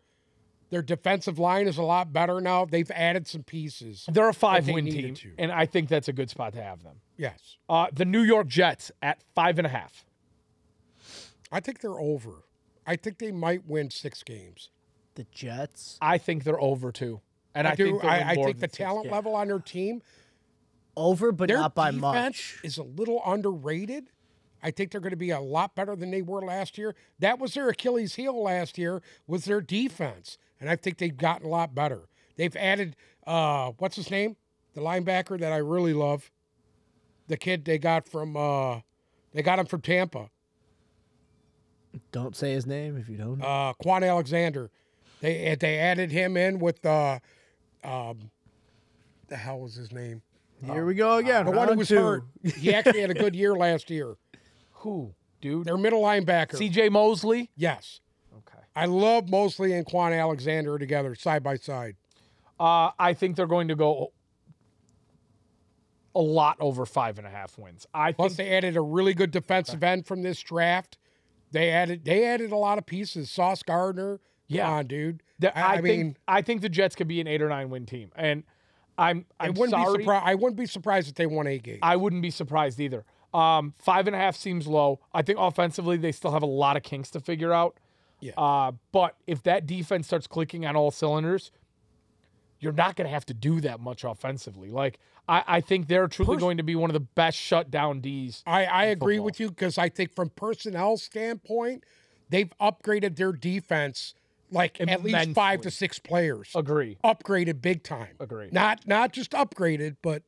their defensive line is a lot better now. They've added some pieces. they're a five win needed team, to. and I think that's a good spot to have them. Yes, Uh, the New York Jets at five and a half. I think they're over. I think they might win six games. The Jets. I think they're over too. And I, I, do. think they'll win I, I more think the than six. talent level on their team, Over, but their not by defense much. is a little underrated. I think they're going to be a lot better than they were last year. That was their Achilles heel last year was their defense, and I think they've gotten a lot better. They've added uh, what's his name, the linebacker that I really love, the kid they got from uh, they got him from Tampa, Don't say his name if you don't. uh, Quan Alexander. They they added him in with uh, um, the hell was his name? Here we go again. The one who round was two. hurt. He actually had a good year last year. Who, dude? Their middle linebacker. CJ Mosley. Yes. Okay. I love Mosley and Quan Alexander together, side by side. Uh, I think they're going to go a lot over five and a half wins. I think Plus, they added a really good defensive end from this draft. They added they added a lot of pieces. Sauce Gardner, Yeah. come on, dude. that, I, I, I think mean, I think the Jets could be an eight or nine win team, and I'm I I'm wouldn't sorry. be surprised. I wouldn't be surprised if they won eight games. I wouldn't be surprised either. Um, five and a half seems low. I think offensively they still have a lot of kinks to figure out. Yeah. Uh, but if that defense starts clicking on all cylinders, you're not going to have to do that much offensively. Like I, I think they're truly going to be one of the best shutdown D's. I, I agree football. with you because I think from personnel standpoint, they've upgraded their defense like at least five Immensely. to six players. Agree. upgraded big time. Agree. Not not just upgraded, but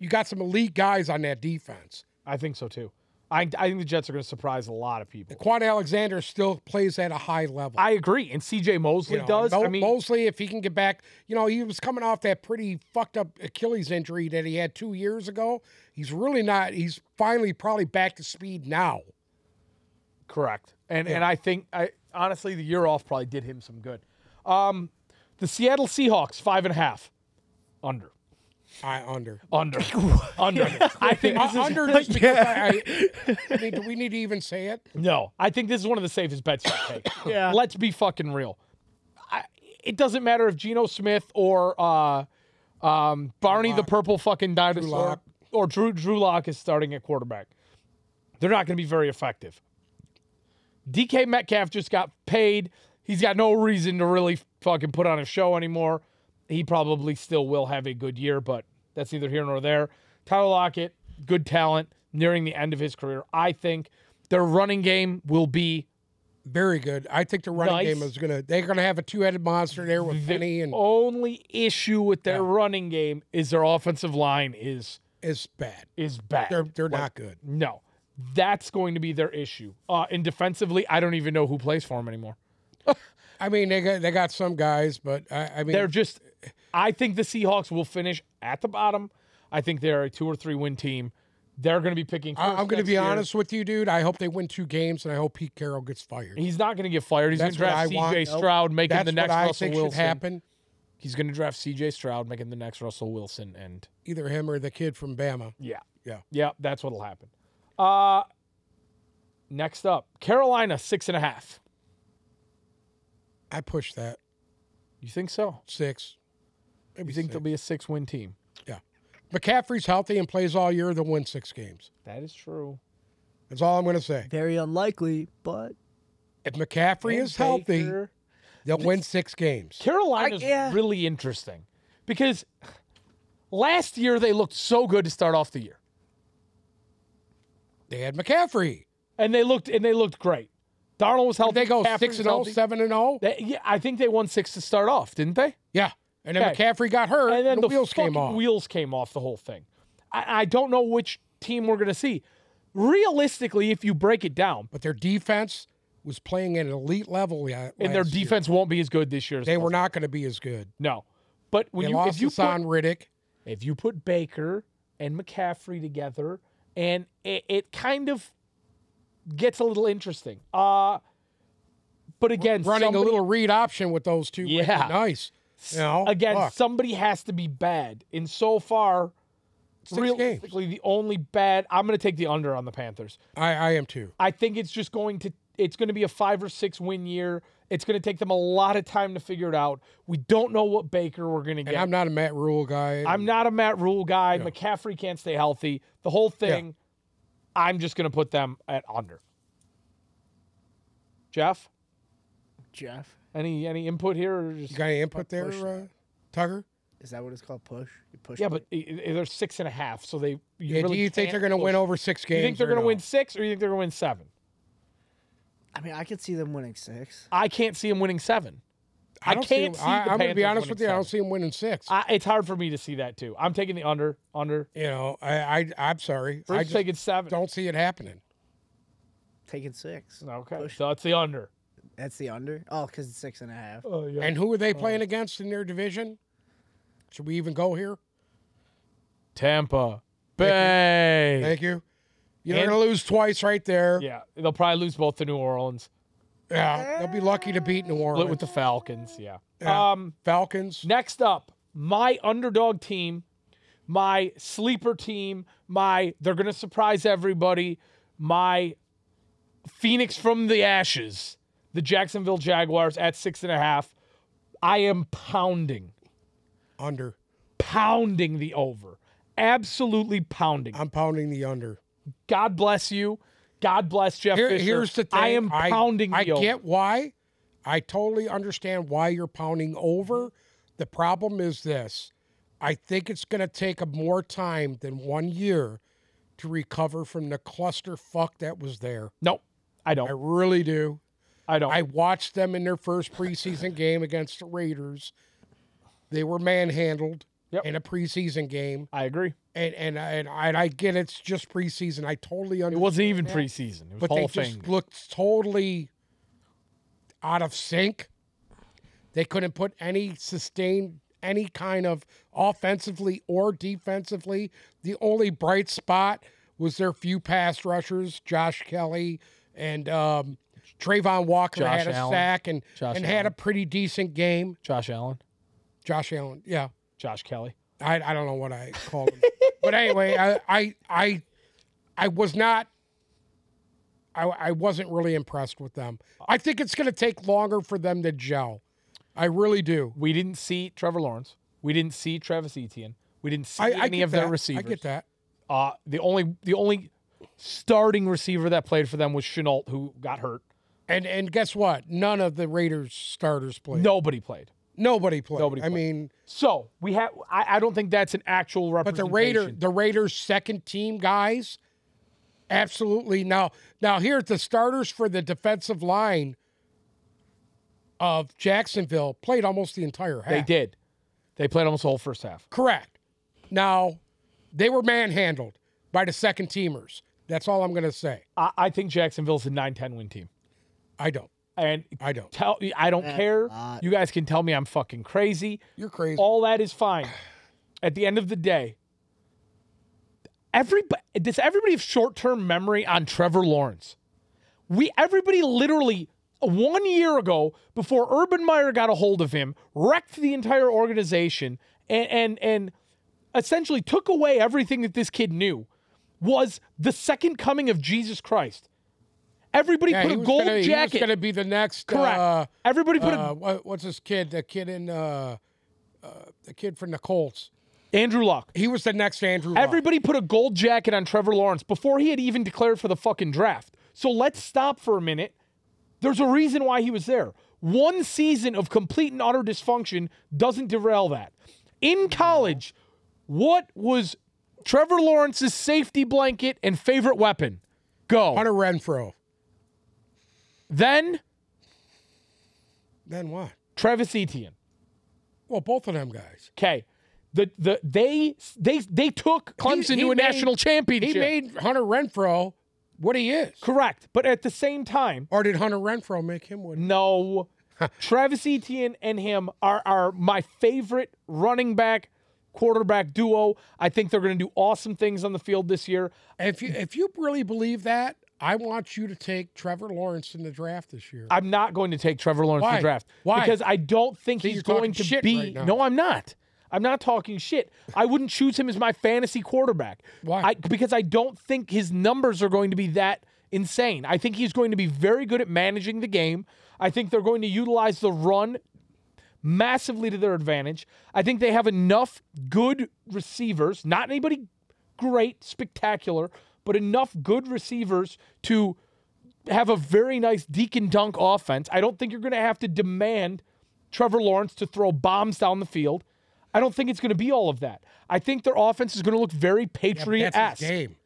you got some elite guys on that defense. I think so too. I, I think the Jets are going to surprise a lot of people. Quan Alexander still plays at a high level. I agree, and C.J. Mosley You know, does. Mo- I mean, Mosley, if he can get back, you know, he was coming off that pretty fucked up Achilles injury that he had two years ago. He's really not. He's finally probably back to speed now. Correct. And and I think I honestly the year off probably did him some good. Um, the Seattle Seahawks five and a half under I under. under under. I think I, this is, Uh, under just because I, I, I mean, do we need to even say it? no. I think this is one of the safest bets you can take. Yeah. Let's be fucking real. I, it doesn't matter if Geno Smith or uh, um, Barney the purple fucking dinosaur Lock. or Drew Drew Lock is starting at quarterback. They're not going to be very effective. DK Metcalf just got paid. He's got no reason to really fucking put on a show anymore. He probably still will have a good year, but that's neither here nor there. Tyler Lockett, good talent, nearing the end of his career. I think their running game will be Very good. I think the running Nice. oh. game is gonna. They're gonna have a two-headed monster there with the Penny and only issue with their running game is their offensive line is it's bad. is bad. They're they're not good. No, that's going to be their issue. Uh, and defensively, I don't even know who plays for them anymore. I mean, they got they got some guys, but I, I mean, They're just. I think the Seahawks will finish at the bottom. I think they're a two or three win team. They're going to be picking. I, first I'm gonna next be year. honest with you, dude. I hope they win two games, and I hope Pete Carroll gets fired. He's not going to get fired. He's going to That's what draft I want. C.J. Nope. Stroud, make him That's the next what I Russell think should Wilson. happen. He's going to draft C.J. Stroud, make him the next Russell Wilson, and Either him or the kid from Bama. Yeah. Yeah. Yeah, that's what'll happen. Uh next up, Carolina six and a half. I push that You think so? six. Maybe You think six. they'll be a six win team? McCaffrey's healthy and plays all year, they'll win six games. That is true. That's all I'm gonna say. Very unlikely, but If McCaffrey And is healthy, Baker. they'll win six games. Carolina's I- yeah. really interesting because last year they looked so good to start off the year. They had McCaffrey. And they looked and they looked great. Darnold was healthy. They go McCaffrey six was and oh, healthy. seven and oh. They- yeah, I think they won six to start off, didn't they? Yeah, and then Okay. McCaffrey got hurt, and then the, wheels fucking came off. wheels came off the whole thing. I, I don't know which team we're gonna see. Realistically, if you break it down, But their defense was playing at an elite level. Yeah, and their last year. defense won't be as good this year. As they well. were not going to be as good. no. But when They you lost if you to Hassan put, Riddick. if you put Baker and McCaffrey together, and it, it kind of gets a little interesting. Uh but again, Running somebody, a little read option with those two, would be Yeah. nice. You know, again, fuck. somebody has to be bad. And so far, Six realistically, the only bad. I'm going to take the under on the Panthers. I, I am too. I think it's just going to it's going to be a 5 or 6 win year. It's going to take them a lot of time to figure it out. We don't know what Baker we're going to And get. I'm I'm, not a Matt Rule guy. not a Matt Rule guy. McCaffrey can't stay healthy. The whole thing I'm just going to put them at under. Jeff, Jeff, any any input here or just You got any input there, Push. uh, Tucker? is that what it's called? Push. You push. Yeah, but i- i- they're six and a half, so they you Yeah, really do you think can't they're going to win push. over six Do games? you think they're or going to no? win 6 or you think they're going to win 7? I mean, I could see them winning six. I can't see them winning 7. I don't see can't them- see I, the I'm going to be Panthers honest with you. winning I don't seven. see them winning six. I, it's hard for me to see that too. I'm taking the under under. you know, I, I I'm sorry. I Bruce just taking seven. don't see it happening. Taking six. Okay, Push. so it's the under. That's the under. Oh, because it's six and a half. Oh yeah. And who are they playing against in their division? Should we even go here? Tampa Bay. Thank you. You're And- going to lose twice right there. Yeah, they'll probably lose both to New Orleans. Yeah, they'll be lucky to beat New Split Orleans with the Falcons. Yeah. Yeah. Um. Falcons. Next up, my underdog team, my sleeper team, my they're gonna surprise everybody, my Phoenix from the ashes, the Jacksonville Jaguars at six and a half. I am pounding. Under. pounding the over. Absolutely pounding. I'm pounding the under. God bless you. God bless Jeff Here- Fisher. here's the thing. I am pounding I, the over. get why. I totally understand why you're pounding over. The problem is this. I think it's going to take a more time than one year to recover from the clusterfuck that was there. No, I I don't. really do. I don't. I watched them in their first preseason game against the Raiders. They were manhandled Yep. in a preseason game, I agree. and and and I, and I get it's just preseason. I totally It understand, wasn't even preseason. It was but they whole just thing. looked totally out of sync. They couldn't put any sustained any kind of offensively or defensively. The only bright spot was their few pass rushers, Josh Kelly and um, Trayvon Walker Josh had a Allen. sack and Josh and had a Allen. pretty decent game. Josh Allen, Josh Allen, yeah. Josh Kelly. I, I don't know what I called him. but anyway, I, I I I was not I, I wasn't really impressed with them. I think it's gonna take longer for them to gel. I really do. We didn't see Trevor Lawrence. We didn't see Travis Etienne. We didn't see I, I any get of their that. receivers. I get that. Uh, the only the only starting receiver that played for them was Chenault, who got hurt. And and guess what? None of the Raiders starters played. Nobody played. Nobody played. Nobody I played. mean, So we have. I, I don't think that's an actual but the representation. Raider the Raiders second team guys absolutely now now here's the starters for the defensive line of Jacksonville played almost the entire half. they did. They played almost the whole first half. Correct. Now, they were manhandled by the second teamers. That's all I'm going to say. I, I think Jacksonville's a 9-10 win team, I don't. and I don't. tell I don't care. lot. You guys can tell me I'm fucking crazy. You're crazy. All that is fine. At the end of the day, everybody does everybody have short-term memory on Trevor Lawrence? We everybody literally one year ago, before Urban Meyer got a hold of him, wrecked the entire organization and and and essentially took away everything that this kid knew was the second coming of Jesus Christ. Everybody Yeah, put he a was gold gonna, jacket. going to be the next. Correct. Uh, Everybody put uh, wha- what's his kid? The kid in uh, uh, the kid from the Colts. a Andrew Luck. He was the next Andrew. Luck. Everybody put a gold jacket on Trevor Lawrence before he had even declared for the fucking draft. So let's stop for a minute. There's a reason why he was there. One season of complete and utter dysfunction doesn't derail that. In college, what was Trevor Lawrence's safety blanket and favorite weapon? Go. Hunter Renfro. Then Then what? Travis Etienne. Well, both of them guys. Okay. The the they they they took Clemson he to a made- national He championship. made Hunter Renfro what he is. Correct. But at the same time, Or did Hunter Renfro make him what? No. Travis Etienne and him are, are my favorite running back quarterback duo. I think they're going to do awesome things on the field this year. If you if you really believe that, I want you to take Trevor Lawrence in the draft this year. I'm not going to take Trevor Lawrence in Why? the draft Why? because I don't think he's you're talking going to shit be. right now. no, I'm not. I'm not talking shit. I wouldn't choose him as my fantasy quarterback. Why? I, because I don't think his numbers are going to be that insane. I think he's going to be very good at managing the game. I think they're going to utilize the run massively to their advantage. I think they have enough good receivers, not anybody great, spectacular, but enough good receivers to have a very nice deacon dunk offense. I don't think you're going to have to demand Trevor Lawrence to throw bombs down the field. I don't think it's going to be all of that. I think their offense is going to look very Yeah, but Patriot that's esque. his game.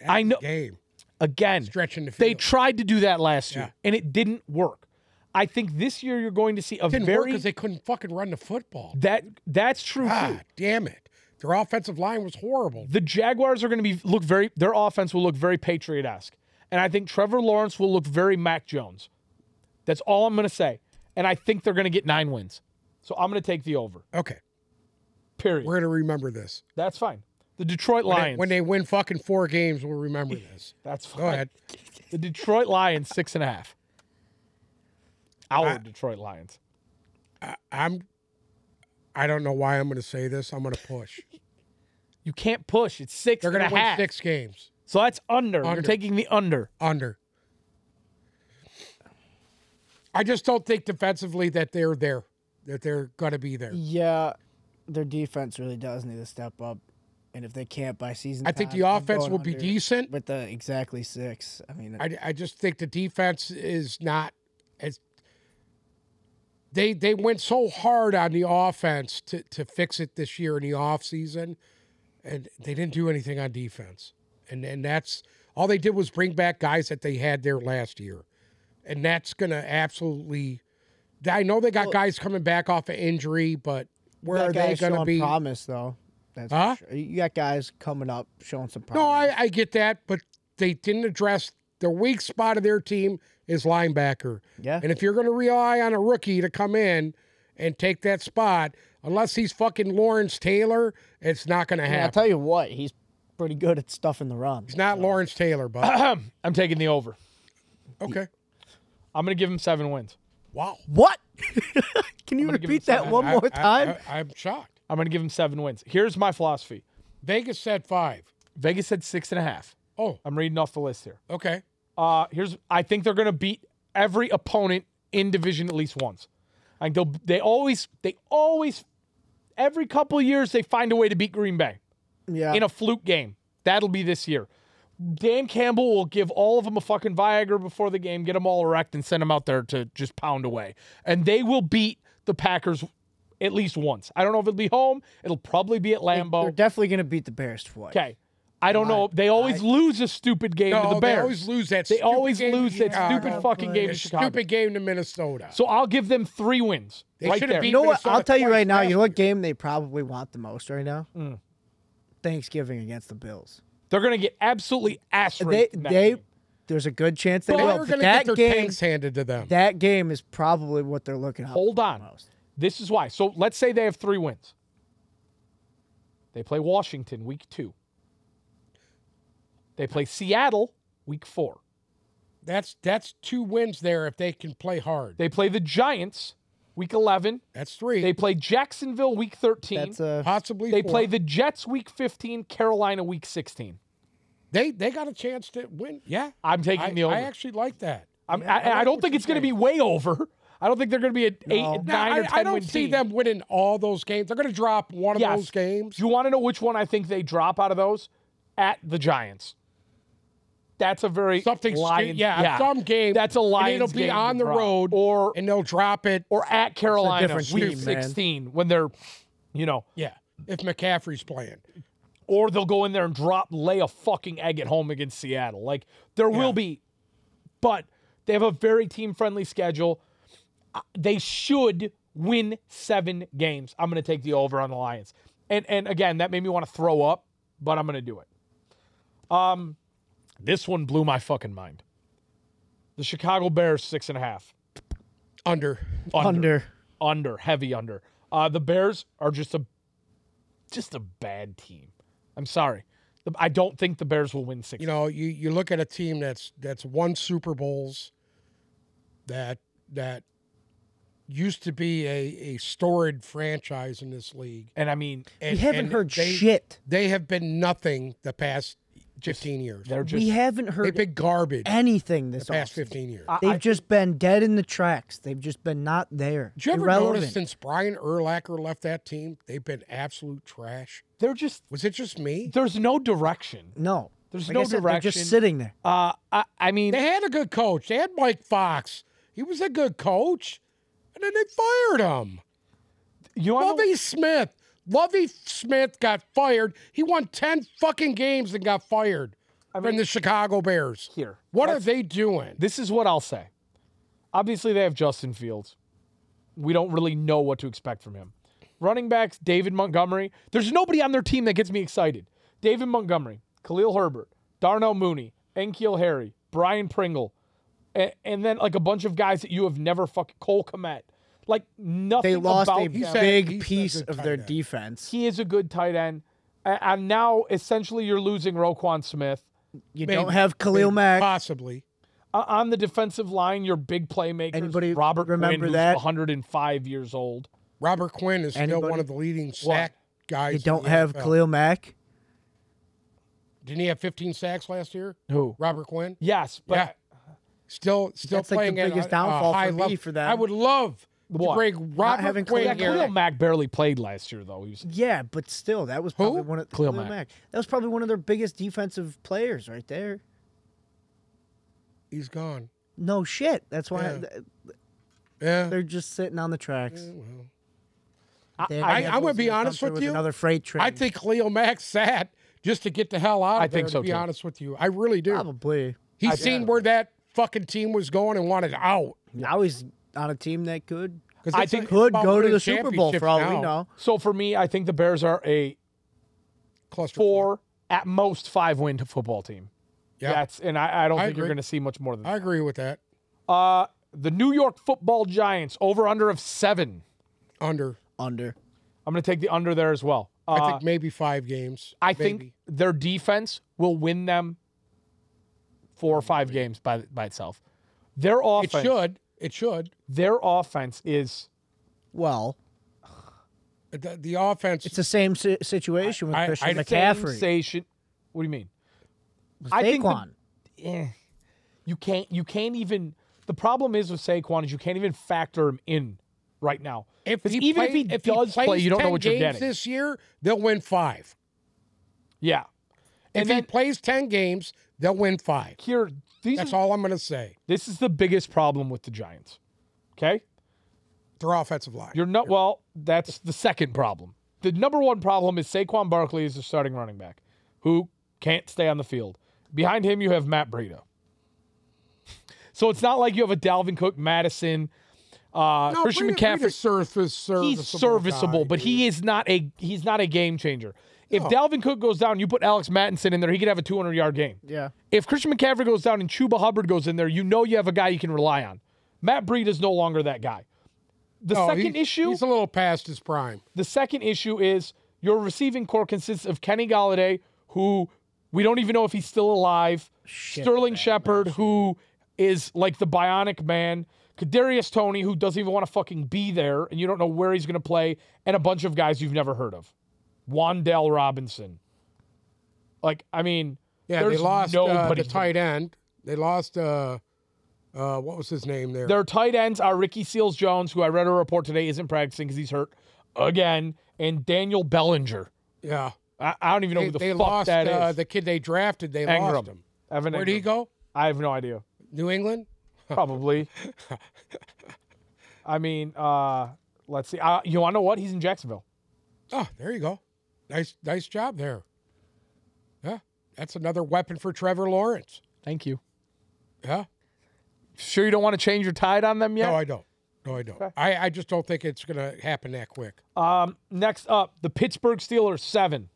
That's I his know- game Again, stretching the field. they tried to do that last year and it didn't work. I think this year you're going to see a didn't very because they Ah. couldn't fucking run the football. that that's true too. God damn it! Their offensive line was horrible. the Jaguars are going to be look very their offense will look very Patriot-esque. And I think Trevor Lawrence will look very Mac Jones. That's all I'm going to say. And I think they're going to get 9 wins. So I'm going to take the over. Okay, Period. we're gonna remember this. That's fine. The Detroit When they- Lions. When they win fucking four games, we'll remember this. that's fine. Go ahead. The Detroit Lions six and a half. Our Detroit Lions. I'm. I don't know why I'm gonna say this. I'm gonna push. You can't push. It's six They're and gonna a win half. six games So that's under. You're Under. taking the under. under. I just don't think defensively that they're there. That they're gonna be there. Yeah, their defense really does need to step up, and if they can't by season, I think time, the I'm offense going will be under decent. With the exactly six, I mean, I, I just think the defense is not as they they went so hard on the offense to, to fix it this year in the offseason and they didn't do anything on defense. And and that's all they did was bring back guys that they had there last year. And that's gonna absolutely I know they got guys coming back off of injury, but where that are they guy's gonna showing be? promise though. That's for Huh? sure. You got guys coming up showing some promise. No, I, I get that, but they didn't address the weak spot of their team is linebacker. Yeah. And if you're going to rely on a rookie to come in and take that spot, unless he's fucking Lawrence Taylor, it's not going to And I'll happen. tell you what, he's pretty good at stuffing the run. it's not Lawrence Taylor, but Ahem. I'm taking the over. okay. I'm going to give him seven wins. Wow. What? Can you gonna give him repeat some- that one I- more I- time? I, am shocked. I'm going to give him seven wins. Here's my philosophy. Vegas said five. Vegas said six and a half. Oh, I'm reading off the list here. okay. Uh, here's I think they're going to beat every opponent in division at least once. I think they'll they always they always every couple of years they find a way to beat Green Bay yeah. in a fluke game. That'll be this year. Dan Campbell will give all of them a fucking Viagra before the game, get them all erect, and send them out there to just pound away. And they will beat the Packers at least once. I don't know if it'll be home. It'll probably be at They're Lambeau. definitely going to beat the Bears twice. Okay. I don't know. They always lose a stupid game to the No, Bears. they always lose that. They stupid always game to lose that Chicago. stupid fucking game to Chicago. Stupid game to Minnesota. So I'll give them three wins. They right should've there. beat- You know what? Minnesota I'll tell you twice Mm. right now. last You know what game they probably want the most right now? Thanksgiving against the Bills. They're going to get absolutely ass They, raped. in that they, game. there's a good chance they they will. are but going to get that their game, tanks handed to them. that game is probably what they're looking at. Hold on. Most. This is why. So let's say they have three wins. They play Washington week two. They play Seattle week four. That's that's two wins there if they can play hard. They play the Giants week 11. That's three. They play Jacksonville week 13. That's a possibly they uh, four. play the Jets week 15, Carolina week 16. They they got a chance to win. Yeah, I'm taking I, the over. I actually like that. I'm, Yeah, I, I, like don't what think you're it's going to be saying. way over. I don't think they're going to be an eight, No. nine, No, or I, ten I don't win see team. them winning all those games. They're going to drop one Yes. of those games. Do you want to know which one I think they drop out of those? At the Giants. That's a very Something, stu- Lions. yeah, some game. That's a Lions. And it'll be game to on the drop. road, or and they'll drop it. or at Carolina different week team, man. 16 when they're, you know, Yeah, if McCaffrey's playing. or they'll go in there and drop lay a fucking egg at home against Seattle. Like there will be, but they have a very team friendly schedule. Uh, They should win seven games. I'm going to take the over on the Lions. And and again, that made me want to throw up, but I'm going to do it. Um, this one blew my fucking mind. The Chicago Bears six and a half Under. under. under, heavy under. Uh, the Bears are just a just a bad team. I'm sorry. The- I don't think the Bears will win six. You know, you, you look at a team that's that's won Super Bowls that that used to be a, a storied franchise in this league. and I mean, And, We haven't and heard they, shit. They have been nothing the past 15 years. they're just We haven't They've heard been garbage anything this past offseason. 15 years. I- They've just been dead in the tracks. They've just been not there. Did you ever Irrelevant. notice since Brian Urlacher left that team, they've been absolute trash? they're just Was it just me? there's no direction. no. There's Like no I said, They're direction. just sitting there. Uh, I, I mean, They had a good coach. They had Mike Fox. He was a good coach. And then they fired him. you know, what I Lovey Smith. Lovey Smith got fired. He won 10 fucking games and got fired from the Chicago Bears. here. What are they doing? This is what I'll say. Obviously, they have Justin Fields. We don't really know what to expect from him. Running backs, David Montgomery. There's nobody on their team that gets me excited. David Montgomery, Khalil Herbert, Darnell Mooney, Enkeel Harry, Brian Pringle, and, and then like a bunch of guys that you have never fucking Cole Komet. Like nothing. They lost about a them. said- big he said piece good of tight their end. defense. He is a good tight end. A- And now essentially you're losing Roquan Smith. You Maybe- don't have Khalil Mack. Possibly. Uh, on the defensive line, your big playmakers. Anybody Robert Quinn, remember who's that? 105 years old. Robert Quinn is still Anybody? one of the leading sack guys. You in don't the have NFL. Khalil Mack. Didn't he have 15 sacks last year? Who? Robert Quinn? Yes, but yeah. Still, still That's, like, the playing at a- biggest a downfall for high me level. for them. I would love What? to bring Robert having Quinn yeah, Cleveland here. Khalil Mack barely played last year though. He was Yeah, but still, that was probably one of Khalil Khalil, Mack. Mack. That was probably one of their biggest defensive players right there. He's gone. No shit. That's why Yeah. th- Yeah. they're just sitting on the tracks. They I- had I'm gonna those be in the honest country with you. Another freight train. I think Cleo Mack sat just to get the hell out of I there, think so, to be too. honest with you. I really do. probably. He's seen where that fucking team was going and wanted out. Now he's on a team that could 'Cause I it's think it's could about go to winning the Super Bowl championships for all now. we know. so for me, I think the Bears are a Cluster four at most five win football team. Yeah. That's and I, I don't I think you're agree. gonna see much more than I that. agree with that. Uh the New York football giants over under of seven. Under. Under. I'm gonna take the under there as well. Uh, I think maybe five games. I think Maybe. their defense will win them four or five games by by itself. Their it offense should. It should. their offense is Well, The, the offense. it's the same si- situation with I- Christian I'd say McCaffrey. sensation. What do you mean? with I think the- Saquon. eh, you can't you can't even the problem is with Saquon is you can't even factor him in right now. if 'Cause he even if play- he does play, plays you don't know 10 what you're games getting. This year, they'll win five. Yeah. If And he then plays 10 games, They'll win five. Here, these That's are- all I'm going to say. this is the biggest problem with the Giants. Okay? Their offensive line. You're not well, that's the second problem. The number one problem is Saquon Barkley is the starting running back who can't stay on the field. Behind him you have Matt Breida. So it's not like you have a Dalvin Cook, Madison, uh, no, Christian Breida- McCaffrey. Breida's surface serviceable. he's serviceable, guy, but dude. he is not a he's not a game changer. If No. Dalvin Cook goes down, you put Alex Mattinson in there, he could have a 200 yard game. Yeah. If Christian McCaffrey goes down and Chuba Hubbard goes in there, you know you have a guy you can rely on. Matt Breed is no longer that guy. The No, second he- issue, He's a little past his prime. the second issue is your receiving core consists of Kenny Galladay, who we don't even know if he's still alive. Sterling Shepard, who is like the bionic man. Kadarius Tony, who doesn't even want to fucking be there, and you don't know where he's going to play, and a bunch of guys you've never heard of. Wandell Robinson. Like, I mean, Yeah, there's they lost uh, nobody the tight end. They lost uh, uh, what was his name there? Their tight ends are Ricky Seals Jones, who I read a report today isn't practicing because he's hurt again, and Daniel Bellinger. yeah, I, I don't even know they, who the they fuck lost that is. uh, the kid they drafted. They lost Engram. him. Evan Where'd Engram. he go? I have no idea. New England. Probably. I mean, uh, let's see. Uh, you want to know what? He's in Jacksonville. Oh, there you go. Nice, nice job there. Yeah, that's another weapon for Trevor Lawrence. Thank you. Yeah. Sure, you don't want to change your tide on them yet? No, I don't. No, I don't. I, I just don't think it's gonna happen that quick. Um, next up, the Pittsburgh Steelers, seven.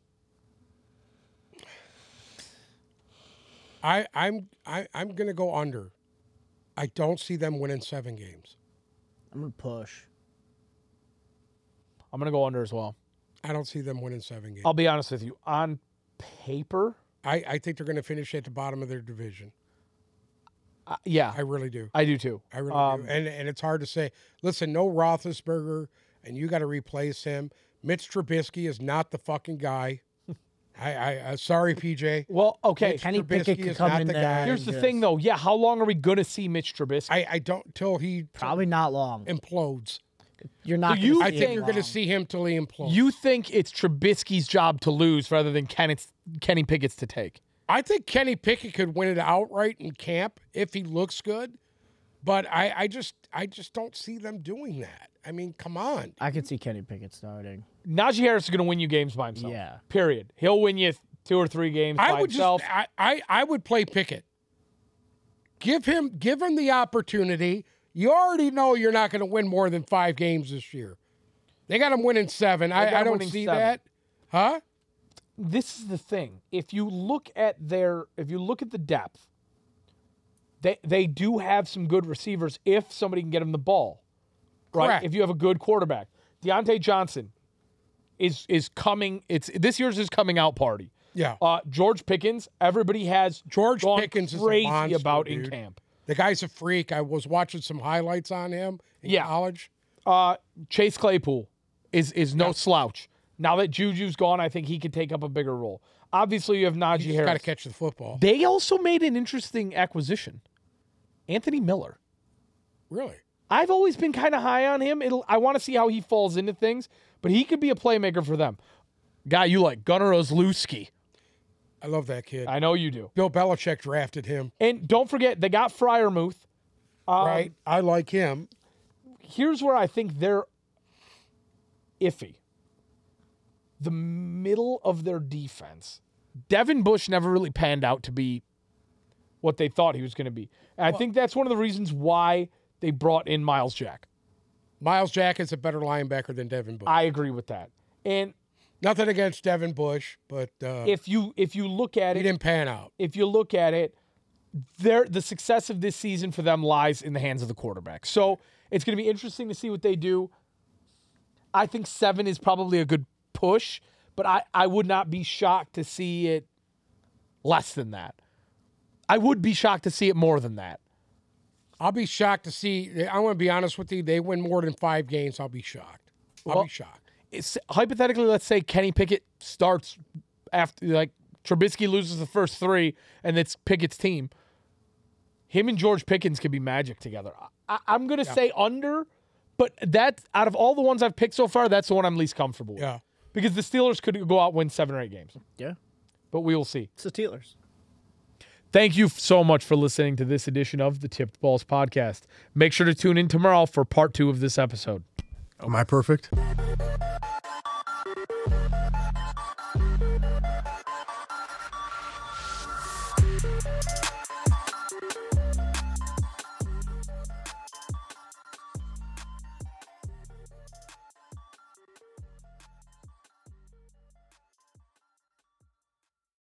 I, I'm I, I'm gonna go under. I don't see them winning seven games. I'm gonna push. I'm going to go under as well. I don't see them winning seven games. I'll be honest with you. On paper, I, I think they're gonna finish at the bottom of their division. uh, yeah, I really do. I do too. I really Um, do. And and it's hard to say. Listen, no Roethlisberger, and you got to replace him. Mitch Trubisky is not the fucking guy. I, I, I sorry, PJ. Well, okay. Mitch Kenny Pickett Trubisky could is come not in the there. guy. Here's the Yes. thing, though. Yeah, how long are we going to see Mitch Trubisky? I, I don't till he Probably not long. implodes. You're not. you- gonna I see think it you're going to long. see him till he implodes. you think it's Trubisky's job to lose rather than Kenneth's, Kenny Pickett's to take? I think Kenny Pickett could win it outright in camp if he looks good, but I, I just I just don't see them doing that. I mean, come on. I could see Kenny Pickett starting. Najee Harris is going to win you games by himself. Yeah. Period. He'll win you two or three games I by would himself. just I, I I would play Pickett. Give him give him the opportunity. You already know you're not going to win more than five games this year. They got him winning seven. got I, I him don't winning see seven. that, huh? this is the thing. If you look at their, if you look at the depth, they they do have some good receivers if somebody can get them the ball, right? Correct. If you have a good quarterback, Deontay Johnson is is coming. It's this year's his coming out party. Yeah. Uh, George Pickens, everybody has George gone Pickens is a crazy monster, about in dude. camp. The guy's a freak. I was watching some highlights on him in Yeah. college. Uh, Chase Claypool is is no slouch. Now that Juju's gone, I think he could take up a bigger role. Obviously, you have Najee You just got to Harris. catch the football. They also made an interesting acquisition, Anthony Miller. Really? I've always been kind of high on him. It'll, I want to see how he falls into things, but he could be a playmaker for them. Guy you like, Gunnar Ozlewski. I love that kid. I know you do. Bill Belichick drafted him, And don't forget, they got Fryermuth. Um, right? I like him. here's where I think they're iffy. The middle of their defense, Devin Bush never really panned out to be what they thought he was going to be. And I think that's one of the reasons why they brought in Miles Jack. Miles Jack is a better linebacker than Devin Bush. I agree with that. And Nothing against Devin Bush, but uh, if you if you look at he it, didn't pan out. if you look at it, their the success of this season for them lies in the hands of the quarterback. So it's going to be interesting to see what they do. I think seven is probably a good push, but I, I would not be shocked to see it less than that. I would be shocked to see it more than that. I'll be shocked to see. I want to be honest with you. They win more than five games. I'll be shocked. I'll Well- be shocked. It's, hypothetically, let's say Kenny Pickett starts after like Trubisky loses the first three, and it's Pickett's team. Him and George Pickens could be magic together. I, I'm gonna say under, but that out of all the ones I've picked so far, that's the one I'm least comfortable with. Yeah. Because the Steelers could go out and win seven or eight games, Yeah. but we will see. It's the Steelers. Thank you so much for listening to this edition of the Tipped Balls Podcast. Make sure to tune in tomorrow for part two of this episode. Am I perfect?